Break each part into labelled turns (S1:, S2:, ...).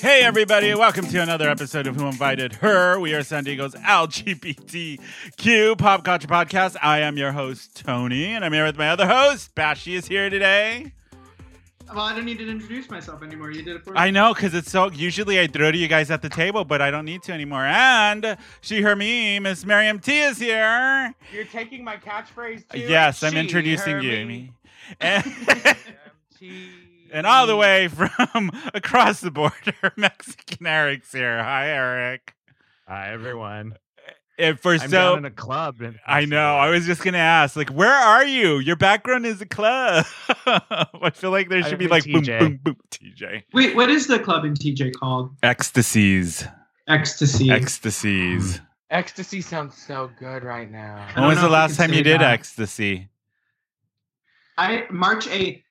S1: Hey, everybody, welcome to another episode of Who Invited Her. We are San Diego's LGBTQ pop culture podcast. I am your host, Tony, and I'm here with my other host, Bashy, is here today.
S2: Well, I don't need to introduce myself anymore. You did it for me.
S1: I know, because it's so. Usually I throw to you guys at the table, but I don't need to anymore. And she, her, me, Miss Miriam T is here.
S3: You're taking my catchphrase too.
S1: yes, I'm
S3: She,
S1: introducing
S3: her,
S1: you.
S3: me.
S1: And-
S3: She-
S1: And all the way from across the border, Mexican Eric's here. Hi, Eric.
S4: Hi everyone.
S1: And for
S4: I'm
S1: so
S4: down in a club. in
S1: I know. I was just gonna ask, like, where are you? Your background is a club. I feel like there
S4: I'm
S1: should be
S4: in
S1: like boom,
S4: TJ.
S1: boom, boom, TJ.
S2: Wait, what is the club in TJ called?
S1: Ecstasies,
S2: Ecstasy.
S1: ecstasies.
S3: Ecstasy sounds so good right now.
S2: I
S1: When
S2: don't
S1: was
S2: know
S1: the
S2: if we
S1: last
S2: can
S1: time
S2: say
S1: you did
S2: that.
S1: ecstasy?
S2: I March eighth.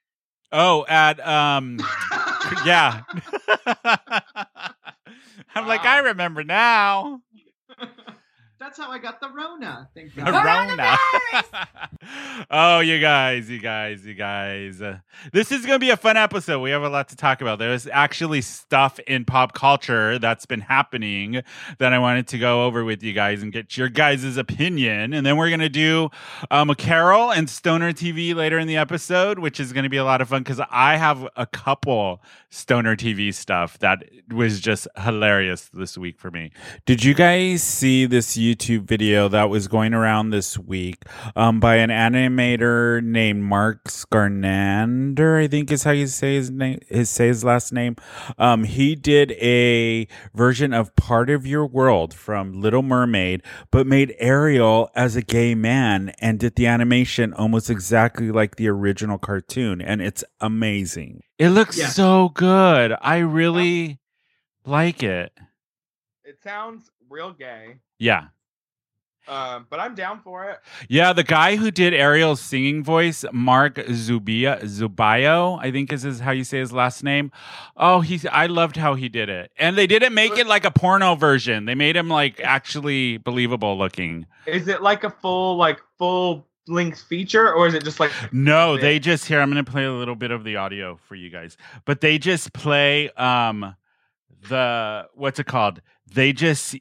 S1: Oh, at um, yeah. I'm like,
S3: Wow.
S1: I remember now.
S2: That's how I got the Rona. Thank God.
S1: Corona. oh, you guys, you guys, you guys. Uh, This is going to be a fun episode. We have a lot to talk about. There's actually stuff in pop culture that's been happening that I wanted to go over with you guys and get your guys' opinion. And then we're going to do um, a Carol and Stoner TV later in the episode, which is going to be a lot of fun because I have a couple Stoner TV stuff that was just hilarious this week for me. Did you guys see this YouTube video that was going around this week um, by an animator named Mark Scarnander? I think is how you say his name. His say his last name. Um, he did a version of "Part of Your World" from Little Mermaid, but made Ariel as a gay man and did the animation almost exactly like the original cartoon, and it's amazing. It looks
S2: Yes.
S1: so good. I really like it.
S3: It sounds real gay,
S1: Yeah.
S3: um, but I'm down for it.
S1: Yeah, the guy who did Ariel's singing voice, Mark Zubia Zubayo, I think is his, how you say his last name. Oh, he's I loved how he did it. And they didn't make it like a porno version. They made him like actually believable looking.
S3: Is it like a full, like full length feature, or is it just like
S1: No, they just here I'm going to play a little bit of the audio for you guys. But they just play um the what's it called? They just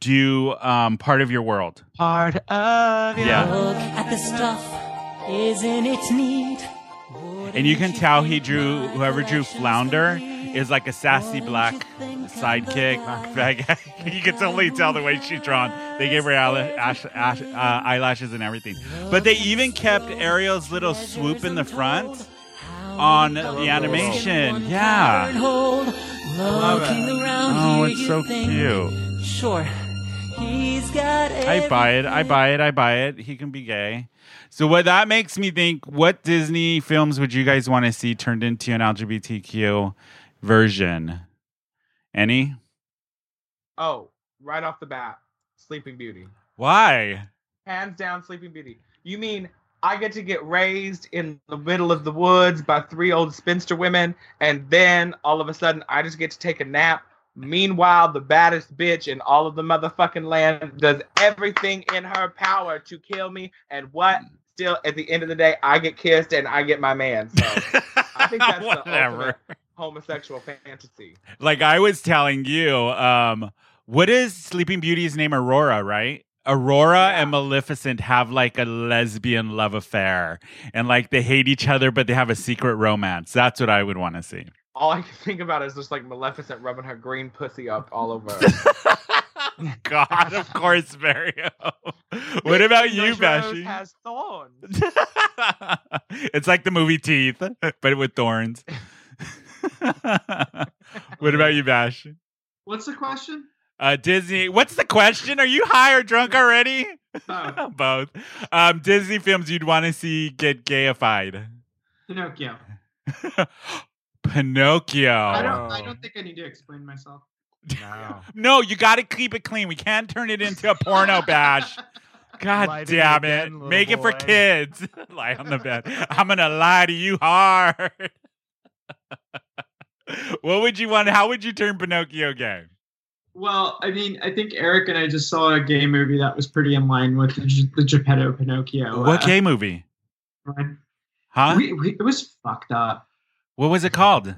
S1: do um part of your world.
S3: part of
S1: your Yeah.
S5: Look at the stuff, isn't it neat?
S1: And you can tell he drew whoever drew Flounder is like a sassy black sidekick. fag- you can totally tell the way she's drawn. They gave her eyel- ash- ash- uh, eyelashes and everything. But they even kept Ariel's little swoop in the front on the animation. Yeah. Oh, it's so cute.
S5: Sure. He's got
S1: I buy it. I buy it. I buy it. He can be gay. So what that makes me think: What Disney films would you guys want to see turned into an LGBTQ version? Any?
S3: Oh, right off the bat, Sleeping Beauty,
S1: Why?
S3: hands down, Sleeping Beauty. You mean I get to get raised in the middle of the woods by three old spinster women, and then all of a sudden I just get to take a nap. Meanwhile, the baddest bitch in all of the motherfucking land does everything in her power to kill me, and what? Still, at the end of the day, I get kissed and I get my man. So I think that's the ultimate homosexual fantasy.
S1: Like I was telling you, um, what is Sleeping Beauty's name? Aurora, right? Aurora
S3: Yeah.
S1: and Maleficent have like a lesbian love affair, and like they hate each other, but they have a secret romance. That's what I would want to see.
S3: All I can think about is just like Maleficent rubbing her green pussy up all over.
S1: God, of course, Mario. What about
S3: The
S1: you,
S3: rose
S1: Bashy?
S3: Has thorns.
S1: it's like the movie Teeth, but with thorns. what about you, Bash?
S2: What's the question?
S1: Uh, Disney. What's the question? Are you high or drunk already?
S2: Oh,
S1: Both. Um, Disney films you'd want to see get gayified.
S2: Pinocchio.
S1: Pinocchio.
S2: I don't. I don't think I need to explain myself.
S4: No.
S1: No, you got to keep it clean. We can't turn it into a porno bash. God
S4: Lie to me
S1: damn it.
S4: again, little
S1: Make it for
S4: boy.
S1: kids. lie on the bed. I'm going to lie to you hard. what would you want? How would you turn Pinocchio gay?
S2: Well, I mean, I think Eric and I just saw a gay movie that was pretty in line with the, Gi- the Geppetto Pinocchio.
S1: What
S2: uh,
S1: gay movie?
S2: run.
S1: Huh?
S2: We, we, it was fucked up.
S1: What was it called?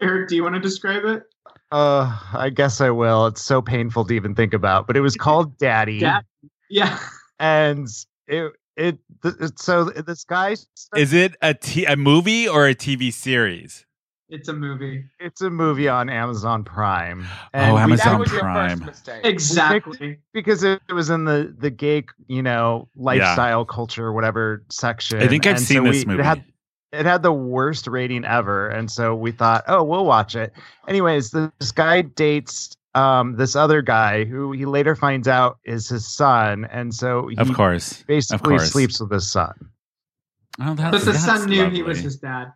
S2: Eric, do you want to describe it?
S4: Uh, I guess I will. It's so painful to even think about, but it was called Daddy,
S2: Dad- Yeah.
S4: and it it, th- it so this guy
S1: Is it a, t- a movie or a TV series?
S2: It's a movie.
S4: it's a movie on Amazon Prime.
S1: Oh,
S4: we-
S1: Amazon
S3: that was your
S1: Prime.
S3: first mistake.
S2: Exactly.
S4: because it, it was in the the gay you know lifestyle culture whatever section.
S1: I think I've
S4: and so
S1: seen
S4: we-
S1: this movie.
S4: It had, it had the worst rating ever, and so we thought, oh, we'll watch it. Anyways, this guy dates um this other guy who he later finds out is his son, and so he
S1: of course.
S4: basically
S1: course.
S4: sleeps with his son.
S1: Oh, that's,
S2: But the
S1: that's
S2: son knew he was
S1: lovely.
S2: his dad.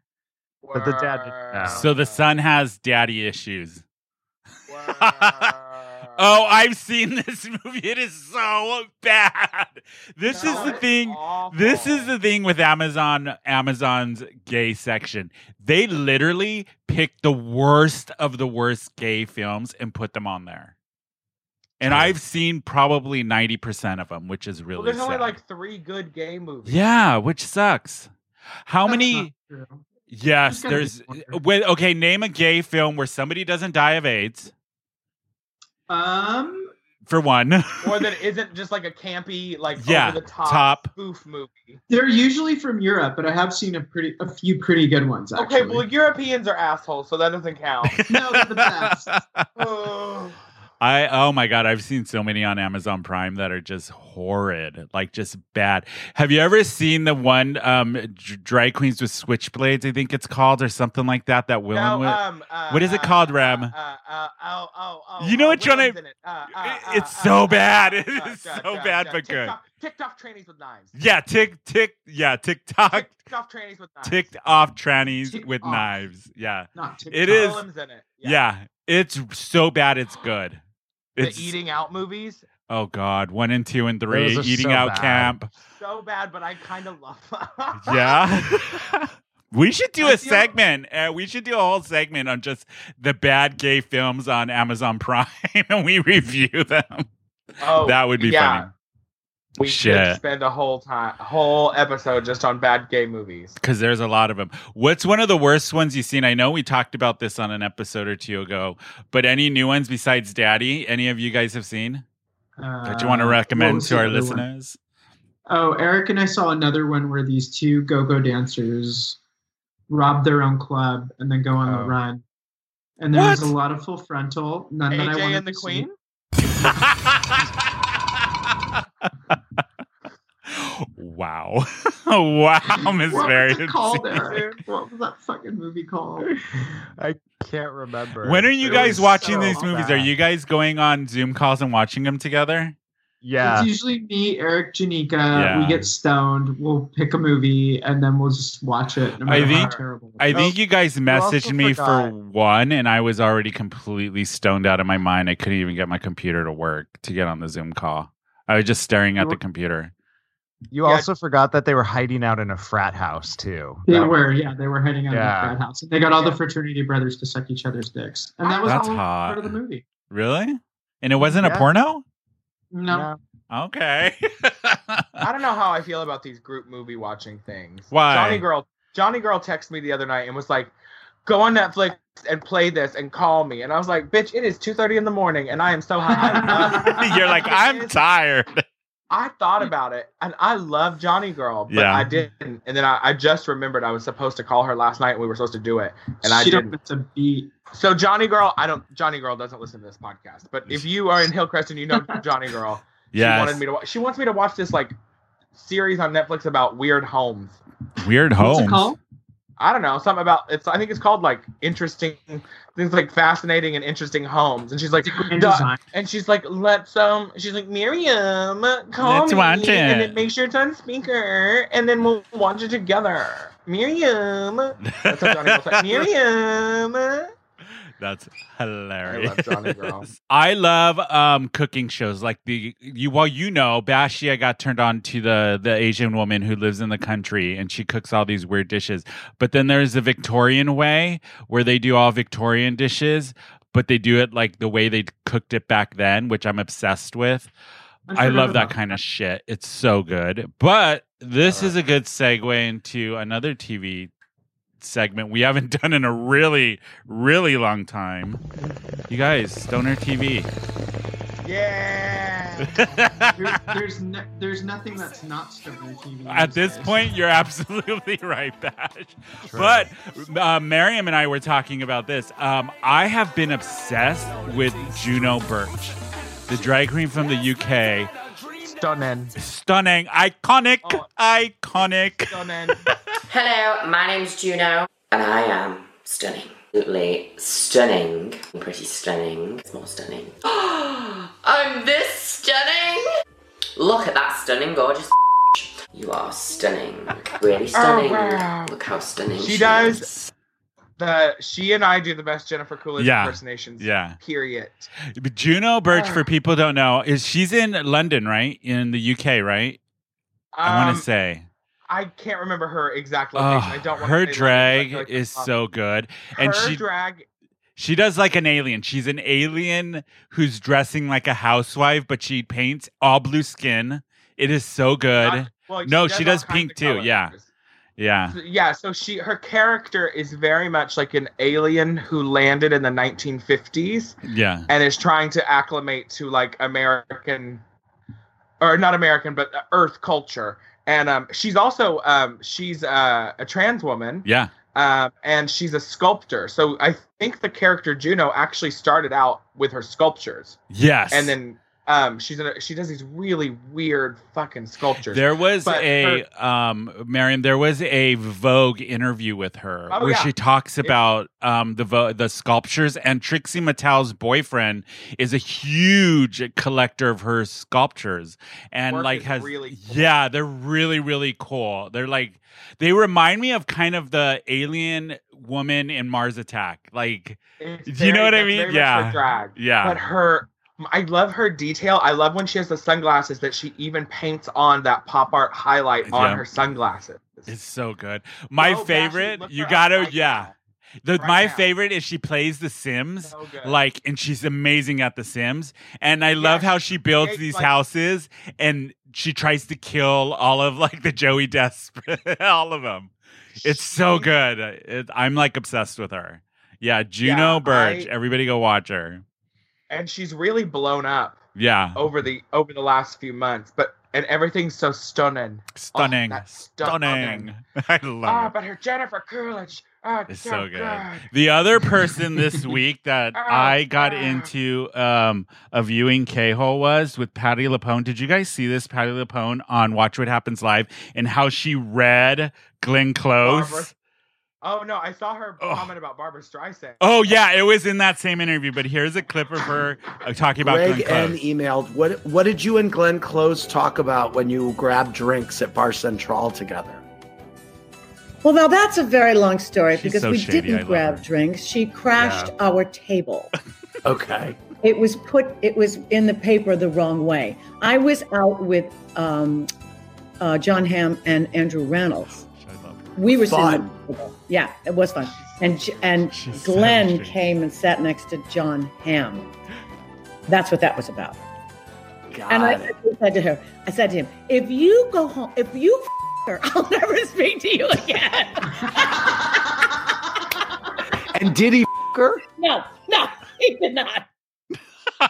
S4: But the dad didn't know.
S1: So the son has daddy issues. Oh, I've seen this movie. It is so bad. This is
S3: No,
S1: the
S3: it's
S1: thing.
S3: awful.
S1: This is the thing with Amazon Amazon's gay section. They literally pick the worst of the worst gay films and put them on there. And
S4: True.
S1: I've seen probably 90% of them, which is really
S3: Well, there's only
S1: sad.
S3: like three good gay movies.
S1: Yeah, which sucks. How
S2: That's
S1: many
S2: not true.
S1: Yes,
S2: There's
S1: there's uh, oh.
S2: gotta be one.
S1: when, okay, name a gay film where somebody doesn't die of AIDS
S2: Um,
S1: for one.
S3: Or that isn't just like a campy, like
S1: Yeah,
S3: over the top,
S1: top.
S3: spoof movie.
S2: they're usually from Europe, but I have seen a pretty, a few pretty good ones. Actually.
S3: Okay, well Europeans are assholes, so that doesn't count.
S2: no, they're the best.
S3: Ugh.
S1: I oh my god, I've seen so many on Amazon Prime that are just horrid, like just bad. Have you ever seen the one um Dr- drag queens with switchblades? I think it's called or something like that. That Willem
S3: No,
S1: with
S3: um, uh,
S1: What is it
S3: uh,
S1: called,
S3: uh,
S1: Rem?
S3: Uh, uh, oh, oh, oh,
S1: You know
S3: oh,
S1: what, John, I-
S3: William's in it. Uh, uh,
S1: It- it's
S3: uh,
S1: so
S3: uh,
S1: bad.
S3: uh,
S1: It
S3: uh,
S1: is
S3: duh,
S1: so
S3: duh,
S1: bad,
S3: duh.
S1: but
S3: ticked
S1: good.
S3: Off, ticked off trannies with knives.
S1: yeah, tick tick yeah TikTok
S3: Ticked off trannies with knives.
S1: ticked off trannies
S2: Tick
S1: with
S2: off.
S1: knives. Yeah,
S2: Not TikTok.
S1: It is-
S3: William's in it.
S1: yeah, it's so bad. It's good.
S3: The
S1: It's
S3: eating out movies,
S1: Oh God, one and two and three,
S4: are
S1: eating
S4: so
S1: out
S4: bad.
S1: camp.
S3: so bad, but I kind of love.
S1: Yeah. we should do
S2: I
S1: a
S2: feel-
S1: segment. Uh, we should do a whole segment on just the bad gay films on Amazon Prime, and we review them.
S3: Oh,
S1: that would be
S3: yeah.
S1: funny
S3: we
S1: Shit.
S3: should spend a whole time, whole episode just on bad gay movies.
S1: because there's a lot of them. What's one of the worst ones you've seen? I know we talked about this on an episode or two ago, but any new ones besides Daddy? Any of you guys have seen that you want to
S2: Uh, what
S1: recommend
S2: was
S1: to
S2: the
S1: our
S2: other one?
S1: listeners?
S2: Oh, Eric and I saw another one where these two go-go dancers rob their own club and then go on the
S4: Oh.
S2: run. And there was a
S1: What?
S2: lot of full frontal. None that I
S3: AJ
S2: wanted
S3: and the
S2: to see.
S3: Queen.
S1: wow. wow, Miss
S2: What was
S1: Marion.
S2: it called, Eric? What was that fucking movie called?
S4: I can't remember.
S1: When are you
S4: It
S1: guys
S4: was
S1: watching
S4: so
S1: these movies? Are
S4: bad.
S1: you guys going on Zoom calls and watching them together?
S4: Yeah,
S2: It's usually me, Eric, Janika.
S1: Yeah.
S2: We get stoned. We'll pick a movie and then we'll just watch it. No
S1: I
S2: matter how
S1: think-
S2: terrible. it
S1: I
S2: is.
S1: think you guys
S4: also
S1: messaged me for
S4: forgot-
S1: one, and I was already completely stoned out of my mind. I couldn't even get my computer to work to get on the Zoom call. I was just staring at
S4: You
S1: the
S4: were-
S1: computer.
S4: you
S3: Yeah.
S4: also forgot that they were hiding out in a frat house too.
S2: They
S4: That-
S2: were, yeah, they were heading out
S4: Yeah.
S2: of the frat house. And they got all
S3: Yeah.
S2: the fraternity brothers to suck each other's dicks, and that was
S1: That's
S2: all part
S1: hot.
S2: of the movie.
S1: Really? And it wasn't a
S4: Yeah.
S1: porno?
S2: No,
S4: No.
S1: Okay.
S3: I don't know how I feel about these group movie watching things.
S1: Why?
S3: Johnny Girl Johnny Girl texted me the other night and was like, "Go on Netflix and play this and call me." And I was like, "Bitch, it is 2:30 in the morning and I am so high."
S1: You're like, I'm tired.
S3: I thought about it and I love Johnny Girl, but
S1: Yeah.
S3: I didn't. And then I, I just remembered I was supposed to call her last night and we were supposed to do it, and I
S2: she
S3: didn't.
S2: don't get to beat.
S3: So Johnny Girl, I don't. Johnny Girl doesn't listen to this podcast, but if you are in Hillcrest and you know Johnny Girl, she
S1: Yes.
S3: wanted me to. Wa- she wants me to watch this like series on Netflix about weird homes.
S1: Weird
S2: What's it
S1: homes.
S2: called?
S3: I don't know something about it's. I think it's called like interesting things like fascinating and interesting homes. And she's like,
S2: Grand
S3: "Duh."
S2: Design.
S3: and she's like, let's um. She's like, Miriam, call
S1: Let's
S3: me,
S1: watch it.
S3: and then make sure it's on speaker, and then we'll watch it together. Miriam, that's what Johnny Girl's like. Miriam.
S1: That's hilarious.
S3: Johnny Girl.
S1: I love um, cooking shows like the you. Well, you know, Bashia got turned on to the the Asian woman who lives in the country and she cooks all these weird dishes. But then there's the Victorian way where they do all Victorian dishes. but they do it like the way they cooked it back then, which I'm obsessed with.
S2: I'm
S1: I
S2: sure
S1: love that
S2: about
S1: kind of shit. It's so good. But this
S4: All
S1: is a good segue into another TV segment we haven't done in a really, really long time. You guys, Stoner TV.
S3: Yeah.
S2: There, there's no, there's nothing that's not Stoner TV.
S1: At
S2: these
S1: this
S2: days.
S1: point, you're absolutely right, Bash. But uh, Miriam and I were talking about this. Um, I have been obsessed with Juno Birch, the drag queen from the UK.
S4: Stunning.
S1: Stunning, iconic,
S3: Oh.
S1: iconic.
S3: Stunning.
S6: Hello, my name's Juno. And I am stunning. Absolutely stunning. Pretty stunning. It's more stunning. I'm this stunning? Look at that stunning, gorgeous. You are stunning. Really stunning.
S3: wow.
S6: Look how stunning
S3: She
S6: she,
S3: does
S6: Is.
S3: The she and I do the best Jennifer Coolidge
S1: Yeah.
S3: impersonations.
S1: Yeah,
S3: Period.
S1: But Juno Birch.
S3: Uh.
S1: For people who don't know, is she's in London, right? In the UK, right? I want
S3: Um,
S1: to say.
S3: I can't remember her exact
S1: Oh,
S3: location. I don't want
S1: her
S3: to say
S1: drag
S3: location, so I
S1: is
S3: can't-
S1: so good, and
S3: her
S1: she
S3: drag.
S1: She does like an alien. She's an alien who's dressing like a housewife, but she paints all blue skin. It is so good.
S3: I- well,
S1: No, she
S3: all
S1: does
S3: kinds
S1: pink
S3: of
S1: too,
S3: colors.
S1: yeah. yeah.
S3: So- yeah. So she her character is very much like an alien who landed in the 1950s
S1: Yeah.
S3: and is trying to acclimate to like American, or not American, but uh, Earth culture. And um, she's also um, she's uh, a trans woman.
S1: Yeah.
S3: um, and she's a sculptor. So I think the character Juno actually started out with her sculptures,
S1: Yes.
S3: and then um, she's in a, she does these really weird fucking sculptures.
S1: there was
S3: but
S1: a um Miriam, there was a Vogue interview with her
S3: Oh,
S1: where
S3: yeah.
S1: she talks
S3: It's-
S1: about um the vo- the sculptures and Trixie Mattel's boyfriend is a huge collector of her sculptures and
S3: Work
S1: like
S3: is
S1: has
S3: really cool.
S1: yeah, they're really really cool. They're like they remind me of kind of the alien woman in Mars Attack. Like
S3: It's
S1: Do you know what I
S3: that's
S1: mean?
S3: very much
S1: Yeah.
S3: her drag. But
S1: yeah.
S3: her, I love her detail. I love when she has the sunglasses that she even paints on that pop art highlight on
S1: Yeah.
S3: her sunglasses.
S1: It's so good. My
S3: Go back and
S1: favorite,
S3: look
S1: you
S3: her up
S1: gotta,
S3: right
S1: yeah. The,
S3: Right
S1: my
S3: now.
S1: favorite is she plays The Sims,
S3: So good.
S1: like, and she's amazing at The Sims. And I love
S3: Yeah,
S1: how she builds
S3: creates,
S1: these
S3: like-
S1: houses, and she tries to kill all of like the Joey Desperate, all of them. It's so
S3: She-
S1: good. It, I'm like obsessed with her. Yeah, Juno
S3: Yeah,
S1: Birch.
S3: I-
S1: Everybody go watch her.
S3: and she's really blown up
S1: Yeah,
S3: over the over the last few months. But and everything's so stunning.
S1: stunning,
S3: that's
S1: stunning.
S3: stunning.
S1: I love
S3: Ah,
S1: it.
S3: but her Jennifer Coolidge. Oh,
S1: It's so good. The other person this week that I got into um, a viewing K-hole was with Patty LaPone. Did you guys see this Patty LaPone on Watch What Happens Live and how she read Glenn Close?
S3: Barbara. Oh no, I saw her
S1: Ugh.
S3: comment about Barbara Streisand.
S1: Oh yeah, it was in that same interview. But here's a clip of her uh, talking about
S7: Greg
S1: Glenn
S7: N
S1: Close.
S7: emailed, what, what did you and Glenn Close talk about when you grabbed drinks at Bar Central together?
S8: Well, now that's a very long story
S1: She's
S8: because
S1: so
S8: we
S1: shady, I
S8: didn't
S1: love
S8: grab
S1: her.
S8: drinks. She crashed our table.
S7: Okay.
S8: It was put. It was in the paper the wrong way. I was out with um, uh, John Hamm and Andrew Reynolds.
S1: I love her.
S8: We were sitting
S7: Fun.
S8: at the table. Yeah, it was fun. And J- and
S1: She's so
S8: Glenn
S1: shady.
S8: came and sat next to John Hamm. That's what that was about.
S7: Got
S8: And I,
S7: it.
S8: I said to her, I said to him, if you go home, if you f- her, I'll never speak to you again.
S7: And did he f- her?
S8: no, no, he did not.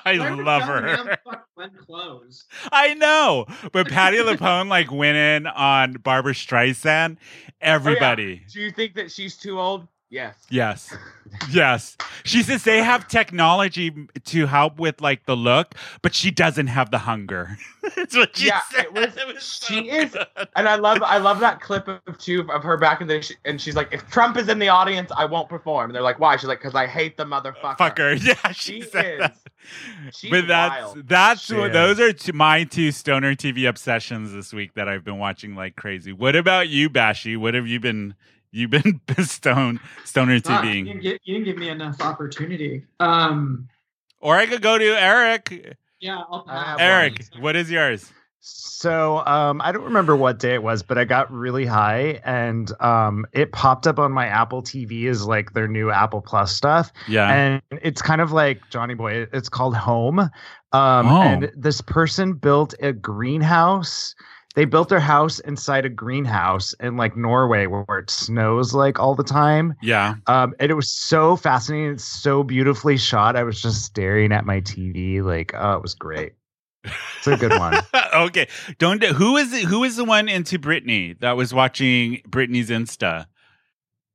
S1: I
S2: Why would
S1: love
S2: John
S1: her.
S2: Hamm fuck Glenn Close?
S1: I know, but Patty LaPone like went in on Barbara Streisand. Everybody.
S3: Do you think that she's too old? Yes.
S1: Yes. Yes. She says they have technology m- to help with like the look, but she doesn't have the hunger. That's what she
S3: Yeah,
S1: said.
S3: it was-
S1: It was so
S3: she is-
S1: good.
S3: And I love I love that clip of too of her back in the day, and she's like, if Trump is in the audience, I won't perform. And they're like, why? She's like, because I hate the motherfucker.
S1: fucker. Yeah, she,
S3: She
S1: said
S3: is.
S1: that.
S3: She's
S1: but that's
S3: wild.
S1: that's
S4: She
S1: what,
S4: is.
S1: those are two, my two stoner TV obsessions this week that I've been watching like crazy. What about you, Bashy? What have you been you've been stone stoner
S2: Fuck, you,
S1: TVing?
S2: didn't gi- you didn't give me enough opportunity. Um,
S1: Or I could go to Eric.
S2: yeah, I'll
S3: I have
S2: pass.
S3: one.
S1: Eric, what is yours?
S4: So um, I don't remember what day it was, but I got really high, and um, it popped up on my Apple TV as like their new Apple Plus stuff,
S1: Yeah.
S4: and it's kind of like Johnny Boy. It's called Home, um,
S1: Oh.
S4: and this person built a greenhouse. They built their house inside a greenhouse in like Norway, where, where it snows like all the time,
S1: yeah.
S4: um, and it was so fascinating. It's so beautifully shot. I was just staring at my TV, like oh, it was great. It's a good one.
S1: okay. Don't who is it, who is the one into Britney that was watching Britney's Insta?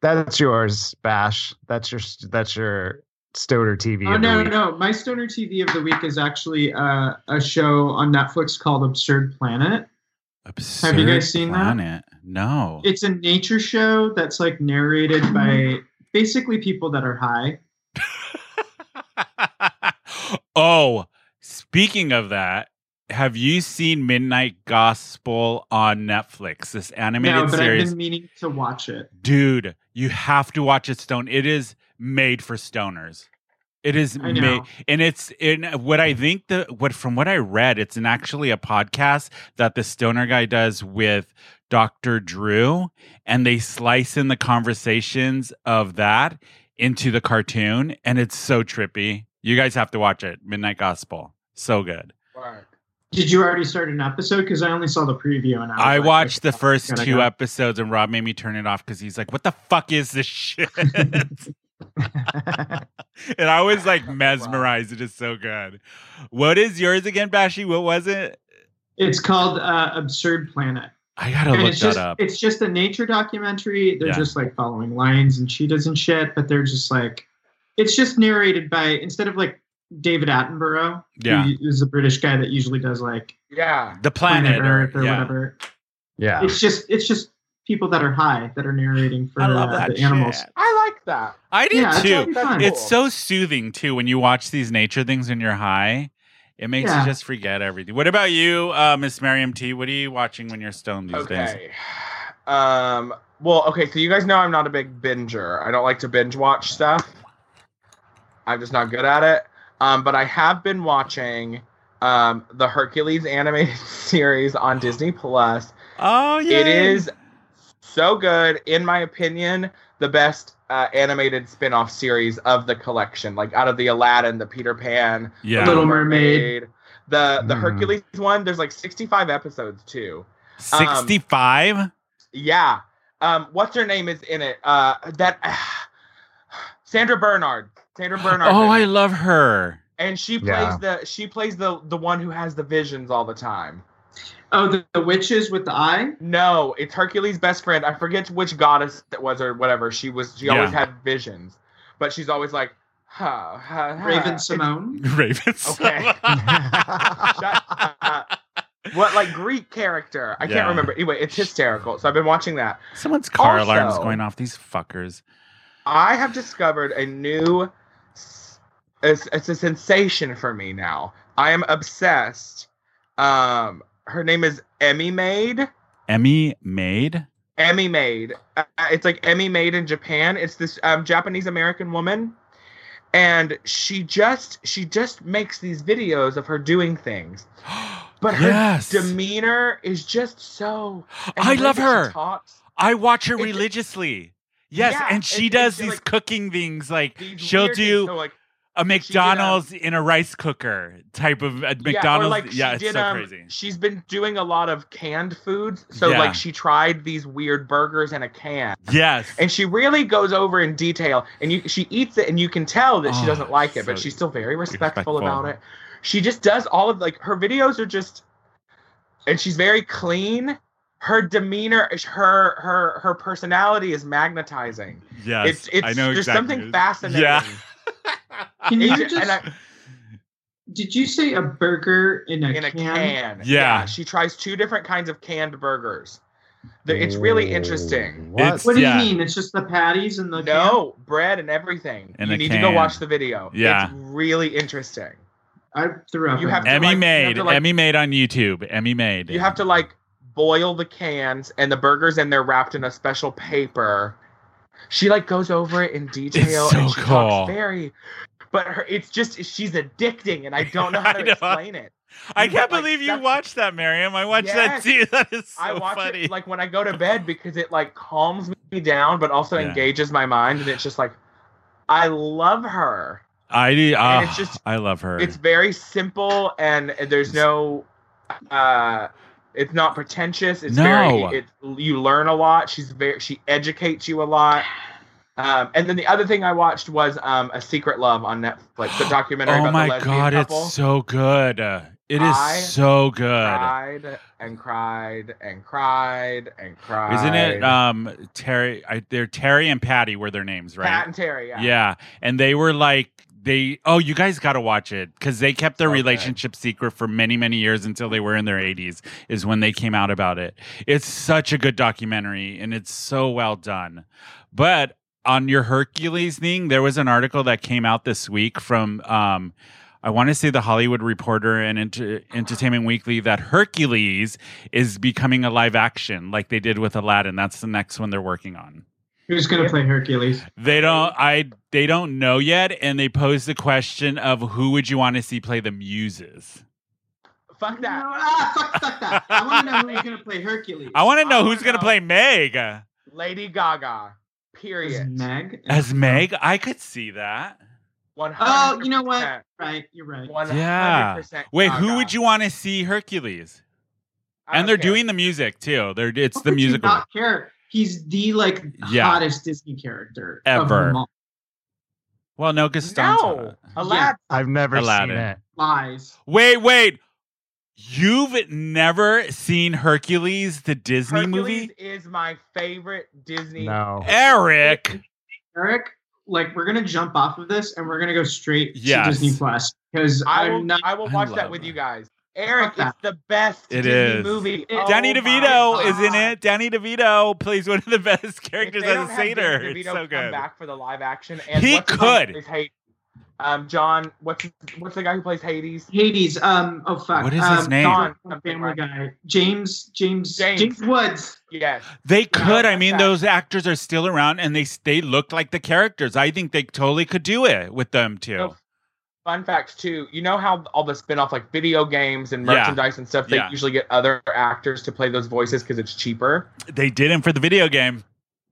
S4: That's yours, Bash. That's your that's your Stoner TV.
S2: Oh
S4: of the
S2: no,
S4: week.
S2: no, my stoner TV of the week is actually uh, a show on Netflix called Absurd Planet.
S1: Absurd
S2: you guys seen that?
S1: planet. that? No.
S2: It's a nature show that's like narrated by basically people that are high.
S1: oh, speaking of that, have you seen Midnight Gospel on Netflix? This
S2: no,
S1: animated
S2: but
S1: series.
S2: I've been meaning to watch it.
S1: Dude, you have to watch it stone. It is made for stoners. It is
S2: I
S1: made
S2: know.
S1: and it's in what I think the what from what I read, it's an actually a podcast that the stoner guy does with Dr. Drew, and they slice in the conversations of that into the cartoon, and it's so trippy. You guys have to watch it. Midnight Gospel. So good.
S2: Did you already start an episode? Because I only saw the preview and I, was
S1: I
S2: like,
S1: watched the
S2: okay,
S1: first
S2: gotta
S1: two
S2: go.
S1: episodes and Rob made me turn it off because he's like, What the fuck is this shit? and I was like mesmerized. It is so good. What is yours again, Bashi? What was it?
S2: It's called uh, Absurd Planet.
S1: I gotta
S2: and
S1: look
S2: it's
S1: that
S2: just
S1: up.
S2: it's just a nature documentary. They're
S1: Yeah.
S2: just like following lions and cheetahs and shit, but they're just like it's just narrated by instead of like David Attenborough,
S1: Yeah.
S2: who is the British guy that usually does like
S3: Yeah.
S1: The planet,
S2: Earth or
S1: yeah.
S2: whatever.
S4: Yeah.
S2: It's just it's just people that are high that are narrating for
S1: I love
S2: uh,
S1: that
S2: the animals.
S1: shit.
S3: I like that.
S1: I did
S2: Yeah, it's
S1: too.
S2: really fun.
S1: It's so soothing too when you watch these nature things when you're high. It makes
S2: Yeah.
S1: you just forget everything. What about you, uh, Miss Mariam T? What are you watching when you're stoned these days?
S3: Okay. Um. Well, okay. So you guys know I'm not a big binger. I don't like to binge watch stuff. I'm just not good at it. Um. But I have been watching um the Hercules animated series on Disney Plus.
S1: Oh yeah,
S3: It is so good, in my opinion, the best uh, animated spin-off series of the collection. Like out of the Aladdin, the Peter Pan,
S1: yeah. Mm-hmm.
S2: Little Mermaid.
S3: The the
S4: Mhm.
S3: Hercules one, there's like 65 episodes too.
S1: Sixty-five.
S3: Yeah. Um, what's her name is in it? Uh, that Sandra Bernard. Sandra Bernard.
S1: oh, I love her.
S3: and she plays
S4: Yeah.
S3: the she plays the the one who has the visions all the time.
S2: Oh, the, the witches with the eye?
S3: No, it's Hercules' best friend. I forget which goddess that was or whatever. She was. She always had visions, but she's always like, huh, huh, huh.
S2: Raven
S3: It's-
S2: Simone.
S1: Ravens.
S3: Okay. Shut up. What like Greek character? I
S1: Yeah.
S3: can't remember. Anyway, it's hysterical. So I've been watching that.
S1: Someone's car
S3: Also-
S1: alarm's going off. These fuckers.
S3: I have discovered a new. s- It's, it's a sensation for me now. I am obsessed. Um, her name is Emmy Maid.
S1: Emmy Maid.
S3: Emmy Maid. Uh, it's like Emmy Maid in Japan. It's this um, Japanese American woman, and she just she just makes these videos of her doing things. But her
S1: yes,
S3: demeanor is just so. and
S1: I
S3: the way
S1: love
S3: that she
S1: her.
S3: talks,
S1: I watch her
S3: It-
S1: religiously. Yes,
S3: Yeah,
S1: and she
S3: and- and
S1: does
S3: she,
S1: these
S3: like,
S1: cooking things like
S3: these
S1: she'll
S3: weird things.
S1: do
S3: So, like
S1: a
S3: did, um,
S1: McDonald's in a rice cooker type of a
S3: Yeah, or,
S1: McDonald's.
S3: like,
S1: Yeah,
S3: she
S1: it's
S3: did,
S1: so
S3: um,
S1: crazy.
S3: She's been doing a lot of canned foods. So
S1: Yeah.
S3: like she tried these weird burgers in a can.
S1: Yes,
S3: And she really goes over in detail and you she eats it and you can tell that
S1: Oh,
S3: she doesn't like it, but
S1: so
S3: she's still very respectful,
S1: respectful.
S3: about it. She just does all of like her videos are just and she's very clean. Her demeanor, her her her personality is magnetizing.
S1: yes,
S3: it's it's
S1: I know
S3: there's
S1: exactly.
S3: something fascinating.
S1: Yeah.
S2: Can
S3: It-
S2: you
S3: and
S2: just
S3: I-
S2: did you say a burger in a
S3: in a
S2: can?
S3: can.
S1: Yeah.
S3: She tries two different kinds of canned burgers. The- It's really interesting.
S4: What?
S1: It's-
S2: What do
S1: Yeah.
S2: you mean? It's just the patties and the
S3: No, bread and everything.
S1: In
S3: you
S1: a
S3: need to go
S1: can.
S3: watch the video.
S1: Yeah.
S3: It's really interesting.
S2: can? I threw up.
S3: You
S2: in
S3: have
S2: it.
S3: to-
S1: Emmy
S3: like- you have
S1: Maid.
S3: to, like-
S1: Emmy Maid on YouTube. Emmy Maid.
S3: You have to like boil the cans and the burgers and they're wrapped in a special paper. She like goes over it in detail
S1: so
S3: and she
S1: cool.
S3: talks very but her it's just she's addicting and I don't know how
S1: I
S3: to
S1: know.
S3: explain it.
S1: I can't
S3: Like,
S1: believe you
S3: that's-
S1: watched that, Miriam. I watched that
S3: Yes.
S1: too. That is so
S3: I watch
S1: funny.
S3: it like when I go to bed because it like calms me down, but also
S1: Yeah.
S3: engages my mind, and it's just like I love her.
S1: I do.
S3: and
S1: ah,
S3: it's just-
S1: I love her.
S3: It's very simple, and there's no, uh, it's not pretentious. It's
S1: No.
S3: very, it, you learn a lot. She's very, she educates you a lot. Um, and then the other thing I watched was um, a Secret Love on Netflix, a documentary
S1: oh
S3: about the
S1: my
S3: lesbian
S1: god,
S3: couple.
S1: it's so good. Uh, It is
S3: I
S1: so good.
S3: cried and cried and cried and cried.
S1: Isn't it? Um, Terry. I, they're Terry and Patty were their names, right?
S3: Pat and Terry, yeah.
S1: and they were like they. Oh, you guys got to watch it because they kept their
S3: So good.
S1: relationship secret for many, many years until they were in their 80s. Is when they came out about it. It's such a good documentary and it's so well done. But on your Hercules thing, there was an article that came out this week from um, I want to say the Hollywood Reporter and Enter- Entertainment Weekly that Hercules is becoming a live action like they did with Aladdin. That's the next one they're working on.
S2: Who's going to play Hercules?
S1: They don't I they don't know yet and they posed the question of who would you want to see play the muses.
S3: Fuck
S2: No,
S3: that.
S2: ah, fuck, fuck that. I want to know who's going to play Hercules.
S1: I want to
S3: I
S1: know
S3: wanna
S1: who's going to
S3: know.
S1: play Meg.
S3: Lady Gaga.
S2: Is
S3: Period.
S2: Meg.
S1: As Meg, I could see that.
S3: 100%.
S2: Oh, you know what? Right, you're right.
S3: 100%
S1: Wait, who
S3: Gaga.
S1: would you want to see Hercules?
S3: I
S1: And
S3: don't
S1: they're
S3: care.
S1: doing the music too. They're it's
S2: How
S1: the
S2: could you
S1: musical.
S2: Not care. He's the like
S1: Yeah.
S2: hottest Disney character of
S1: Ever.
S2: them all.
S1: Well, no, because
S3: No. Aladdin.
S4: I've never
S1: Aladdin.
S4: seen it.
S2: Lies.
S1: Wait, wait. You've never seen Hercules, the Disney
S3: Hercules
S1: movie?
S3: is my favorite Disney.
S4: No.
S2: Eh.
S1: Eric.
S2: Eric, like we're gonna jump off of this and we're gonna go straight
S1: Yes.
S2: to Disney Plus because
S3: I will,
S2: I'm not.
S3: I will
S1: I
S3: watch
S1: love
S3: that with
S1: it.
S3: you guys. Eric,
S2: that.
S3: it's the best
S1: It
S3: Disney
S1: is.
S3: movie.
S2: It-
S1: Danny
S3: Oh my
S1: DeVito is in
S3: God.
S1: it. Danny DeVito plays one of the best
S3: If
S1: characters
S3: they don't
S1: as a
S3: have
S1: satyr.
S3: Danny
S1: It's
S3: DeVito
S1: so
S3: Come
S1: good.
S3: back for the live action. And
S1: He
S3: what's his name
S1: could.
S3: Is Hades. Um, John, what's what's the guy who plays Hades?
S2: Hades. Um. Oh fuck.
S1: What is
S2: um,
S1: his name?
S3: John,
S2: Family
S3: something, right?
S2: Guy. James. James.
S3: James.
S2: James, Woods.
S3: Yes.
S1: They could. I
S3: that's
S1: mean,
S3: that.
S1: those actors are still around, and they they look like the characters. I think they totally could do it with them too.
S3: Nope. Fun fact too, you know how all the spin-off like video games and
S1: Yeah.
S3: merchandise and stuff, they
S1: Yeah.
S3: usually get other actors to play those voices because it's cheaper.
S1: They did him for the video game.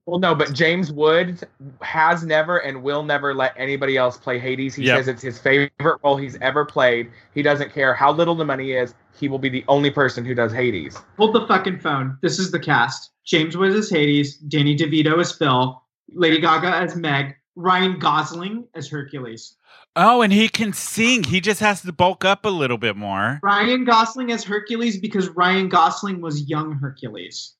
S3: Well, no, but James Woods has never and will never let anybody else play Hades. He
S1: Yep.
S3: says it's his favorite role he's ever played. He doesn't care how little the money is. He will be the only person who does Hades.
S2: Hold the fucking phone. This is the cast. James Woods is Hades. Danny DeVito is Phil. Lady Gaga as Meg. Ryan Gosling as Hercules.
S1: Oh, and he can sing. He just has to bulk up a little bit more.
S2: Ryan Gosling as Hercules because Ryan Gosling was young Hercules.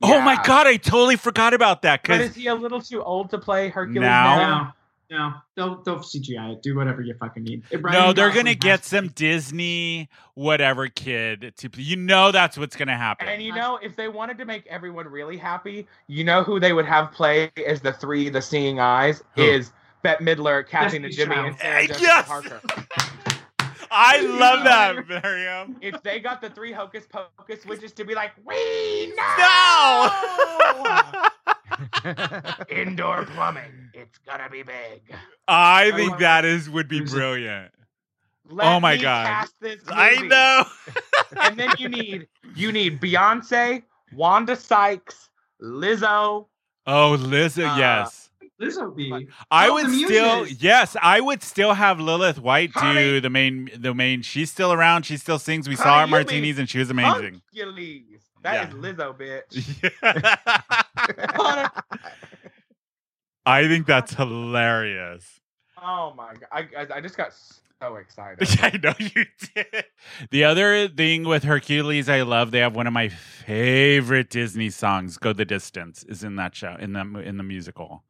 S1: Oh my
S3: Yeah.
S1: god, I totally forgot about that.
S3: But
S1: Cause
S3: is he a little too old to play Hercules
S1: Now?
S3: now?
S2: No, no, don't don't CGI it. Do whatever you fucking need. If Ryan
S1: no, they're
S2: Gosling
S1: gonna
S2: has
S1: get
S2: to-
S1: some Disney whatever kid to. You know that's what's gonna happen.
S3: And you know, if they wanted to make everyone really happy, you know who they would have play as the three, the seeing eyes,
S1: Who?
S3: is Bette Midler, Kathy and
S2: Destiny's
S3: Jimmy,
S2: Child.
S3: and Sarah
S1: Eh,
S3: Jessica
S1: yes!
S3: Parker.
S1: I love that, Miriam.
S3: If they got the three Hocus Pocus witches to be like, we know Oh.
S1: No.
S3: indoor plumbing, it's gonna be big.
S1: I
S3: I
S1: think
S3: love
S1: that is would be
S2: Who's it?
S1: brilliant.
S3: Let
S1: Oh my
S3: me
S1: God.
S3: cast this
S1: I
S3: movie.
S1: know.
S3: And then you need you need Beyonce, Wanda Sykes, Lizzo.
S1: Oh, Lizzo,
S3: Uh,
S1: yes.
S2: Lizzo be.
S1: I
S2: oh,
S1: would
S2: the
S1: still
S2: Muses.
S1: yes, I would still have Lilith White do
S3: Honey.
S1: the main the main she's still around, she still sings. We saw
S3: Honey,
S1: her
S3: you
S1: martinis
S3: mean
S1: and she was amazing.
S3: Hercules. That
S1: Yeah.
S3: is Lizzo, bitch.
S1: I think that's hilarious.
S3: oh my god! I, guys, I just got so excited.
S1: I know you did. The other thing with Hercules I love, they have one of my favorite Disney songs, Go the Distance, is in that show, in the in the musical.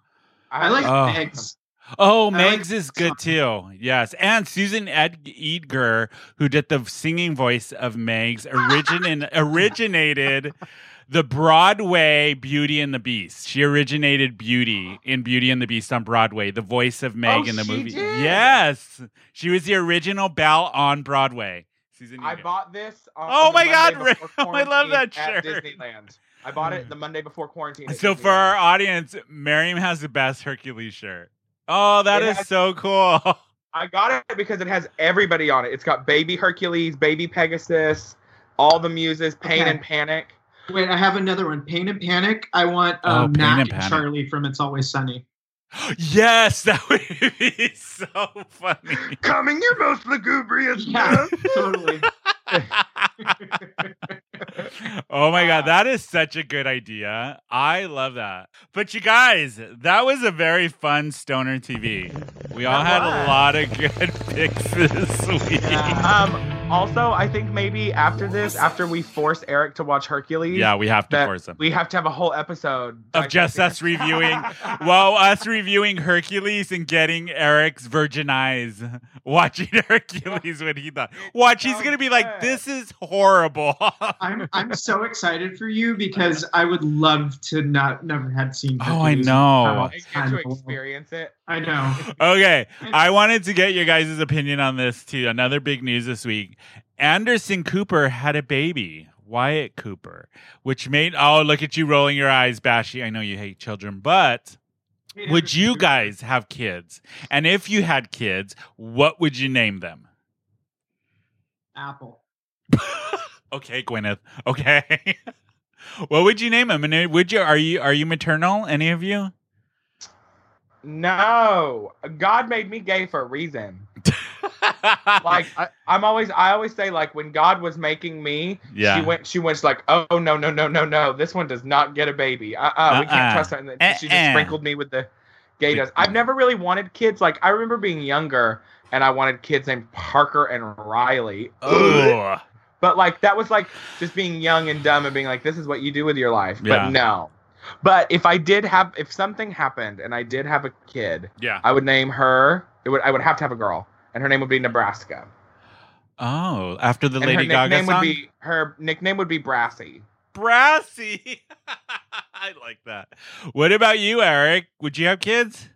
S2: I like
S1: Oh.
S2: Meg's.
S1: Oh,
S2: I like
S1: Meg's is good too. Yes. And Susan Ed- Edgar, who did the singing voice of Meg's, origin- originated the Broadway Beauty and the Beast. She originated Beauty in Beauty and the Beast on Broadway, the voice of Meg
S3: Oh,
S1: in the
S3: she
S1: movie.
S3: did?
S1: Yes. She was the original Belle on Broadway. Susan
S3: I
S1: Edgar.
S3: bought this. On
S1: Oh
S3: the
S1: my God,
S3: Monday before
S1: Ram, I love
S3: quarantine
S1: that
S3: at
S1: shirt.
S3: Disneyland. I bought it the Monday before quarantine. at
S1: So for our
S3: Disneyland.
S1: audience, Miriam has the best Hercules shirt. Oh, that
S3: It
S1: is
S3: has-
S1: so cool.
S3: I got it because it has everybody on it. It's got Baby Hercules, Baby Pegasus, all the muses, Pain
S2: Okay.
S3: and Panic.
S2: Wait, I have another one. Pain and Panic. I want
S1: Oh,
S2: um,
S1: Pain
S2: Mac
S1: and
S2: and,
S1: Panic.
S2: Charlie from It's Always Sunny.
S1: Yes, that would be so funny.
S3: Coming, your most lugubrious.
S2: Yeah, totally.
S1: oh my god, that is such a good idea. I love that. But you guys, that was a very fun stoner TV. We all had
S3: That
S1: a
S3: was.
S1: lot of good picks this week. Yeah,
S2: Yeah.
S3: Um, also, I think maybe after this, after we force Eric to watch Hercules,
S1: we have to
S3: That-
S1: force them.
S3: we have to have a whole episode
S1: Of just us
S3: dissecting
S1: reviewing, well, us reviewing Hercules and getting Eric's virgin eyes, watching Hercules when he thought, watch, he's
S3: so
S1: gonna be like,
S3: good.
S1: this is horrible. Oh,
S2: I'm I'm so excited for you because I would love to not never had seen.
S1: Oh, I
S2: Hercules.
S1: know.
S3: it. And get to experience it.
S2: I know.
S1: okay. I wanted to get your guys' opinion on this too. Another big news this week. Anderson Cooper had a baby, Wyatt Cooper, which made oh look at you rolling your eyes, Bashy. I know you hate children, but would you guys have kids? And if you had kids, what would you name them?
S2: Apple?
S1: Okay, Gwyneth. Okay. what would you name them? And would you are you are you maternal? Any of you?
S3: No, God made me gay for a reason. Like
S4: I-
S3: I'm always, I always say like when God was making me,
S1: Yeah.
S3: she went, she was like, oh no, no, no, no, no, this one does not get a baby. Uh, uh we
S1: Uh-uh.
S3: can't trust her. And then she
S1: Uh-uh.
S3: just sprinkled me with the gay
S1: The-
S3: dust. I've never really wanted kids. Like I remember being younger and I wanted kids named Parker and Riley.
S1: Ugh.
S3: But like that was like just being young and dumb and being like, this is what you do with your life.
S1: Yeah.
S3: But no. But if I did have, if something happened and I did have a kid,
S1: Yeah.
S3: I would name her. It would. I would have to have a girl, and her name would be Nebraska.
S1: Oh, after the
S3: And
S1: Lady
S3: her
S1: Gaga
S3: nickname
S1: song.
S3: would be her nickname would be Brassy.
S1: brassy. I like that. What about you, Eric? Would you have kids?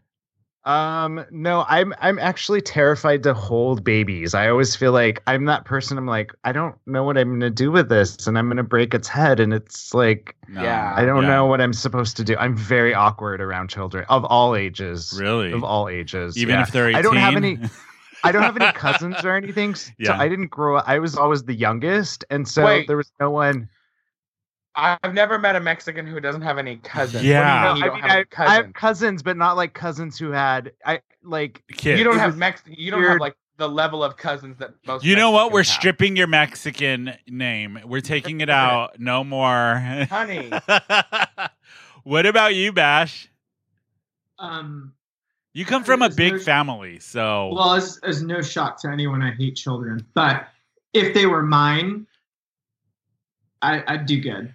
S4: Um, no, I'm I'm actually terrified to hold babies. I always feel like I'm that person. I'm like, I don't know what I'm gonna do with this, and I'm gonna break its head. And it's like
S1: No.
S3: Yeah.
S4: I don't
S1: Yeah.
S4: know what I'm supposed to do. I'm very awkward around children of all ages.
S1: Really?
S4: Of all ages.
S1: Even
S4: yeah.
S1: if they're 18?
S4: I don't have any- I don't have any cousins or anything. So
S1: Yeah.
S4: I didn't grow up. I was always the youngest, and so
S3: Wait.
S4: there was no one.
S3: I've never met a Mexican who doesn't have any cousins.
S1: Yeah.
S3: What do you mean
S4: I
S3: you
S4: mean,
S3: don't have
S4: I,
S3: a
S4: I have
S3: cousin?
S4: cousins, but not like cousins who had I like.
S1: kids.
S3: you don't
S4: It
S3: have
S4: was
S3: Mex. You don't
S4: weird.
S3: have like the level of cousins that most.
S1: You know what? We're
S3: Mexicans have.
S1: stripping your Mexican name. We're taking it out. No more.
S3: Honey,
S1: what about you, Bash?
S2: Um,
S1: You come from a
S2: Is
S1: big
S2: there-
S1: family, so
S2: well, it's, it's no shock to anyone. I hate children, but if they were mine, I, I'd do good.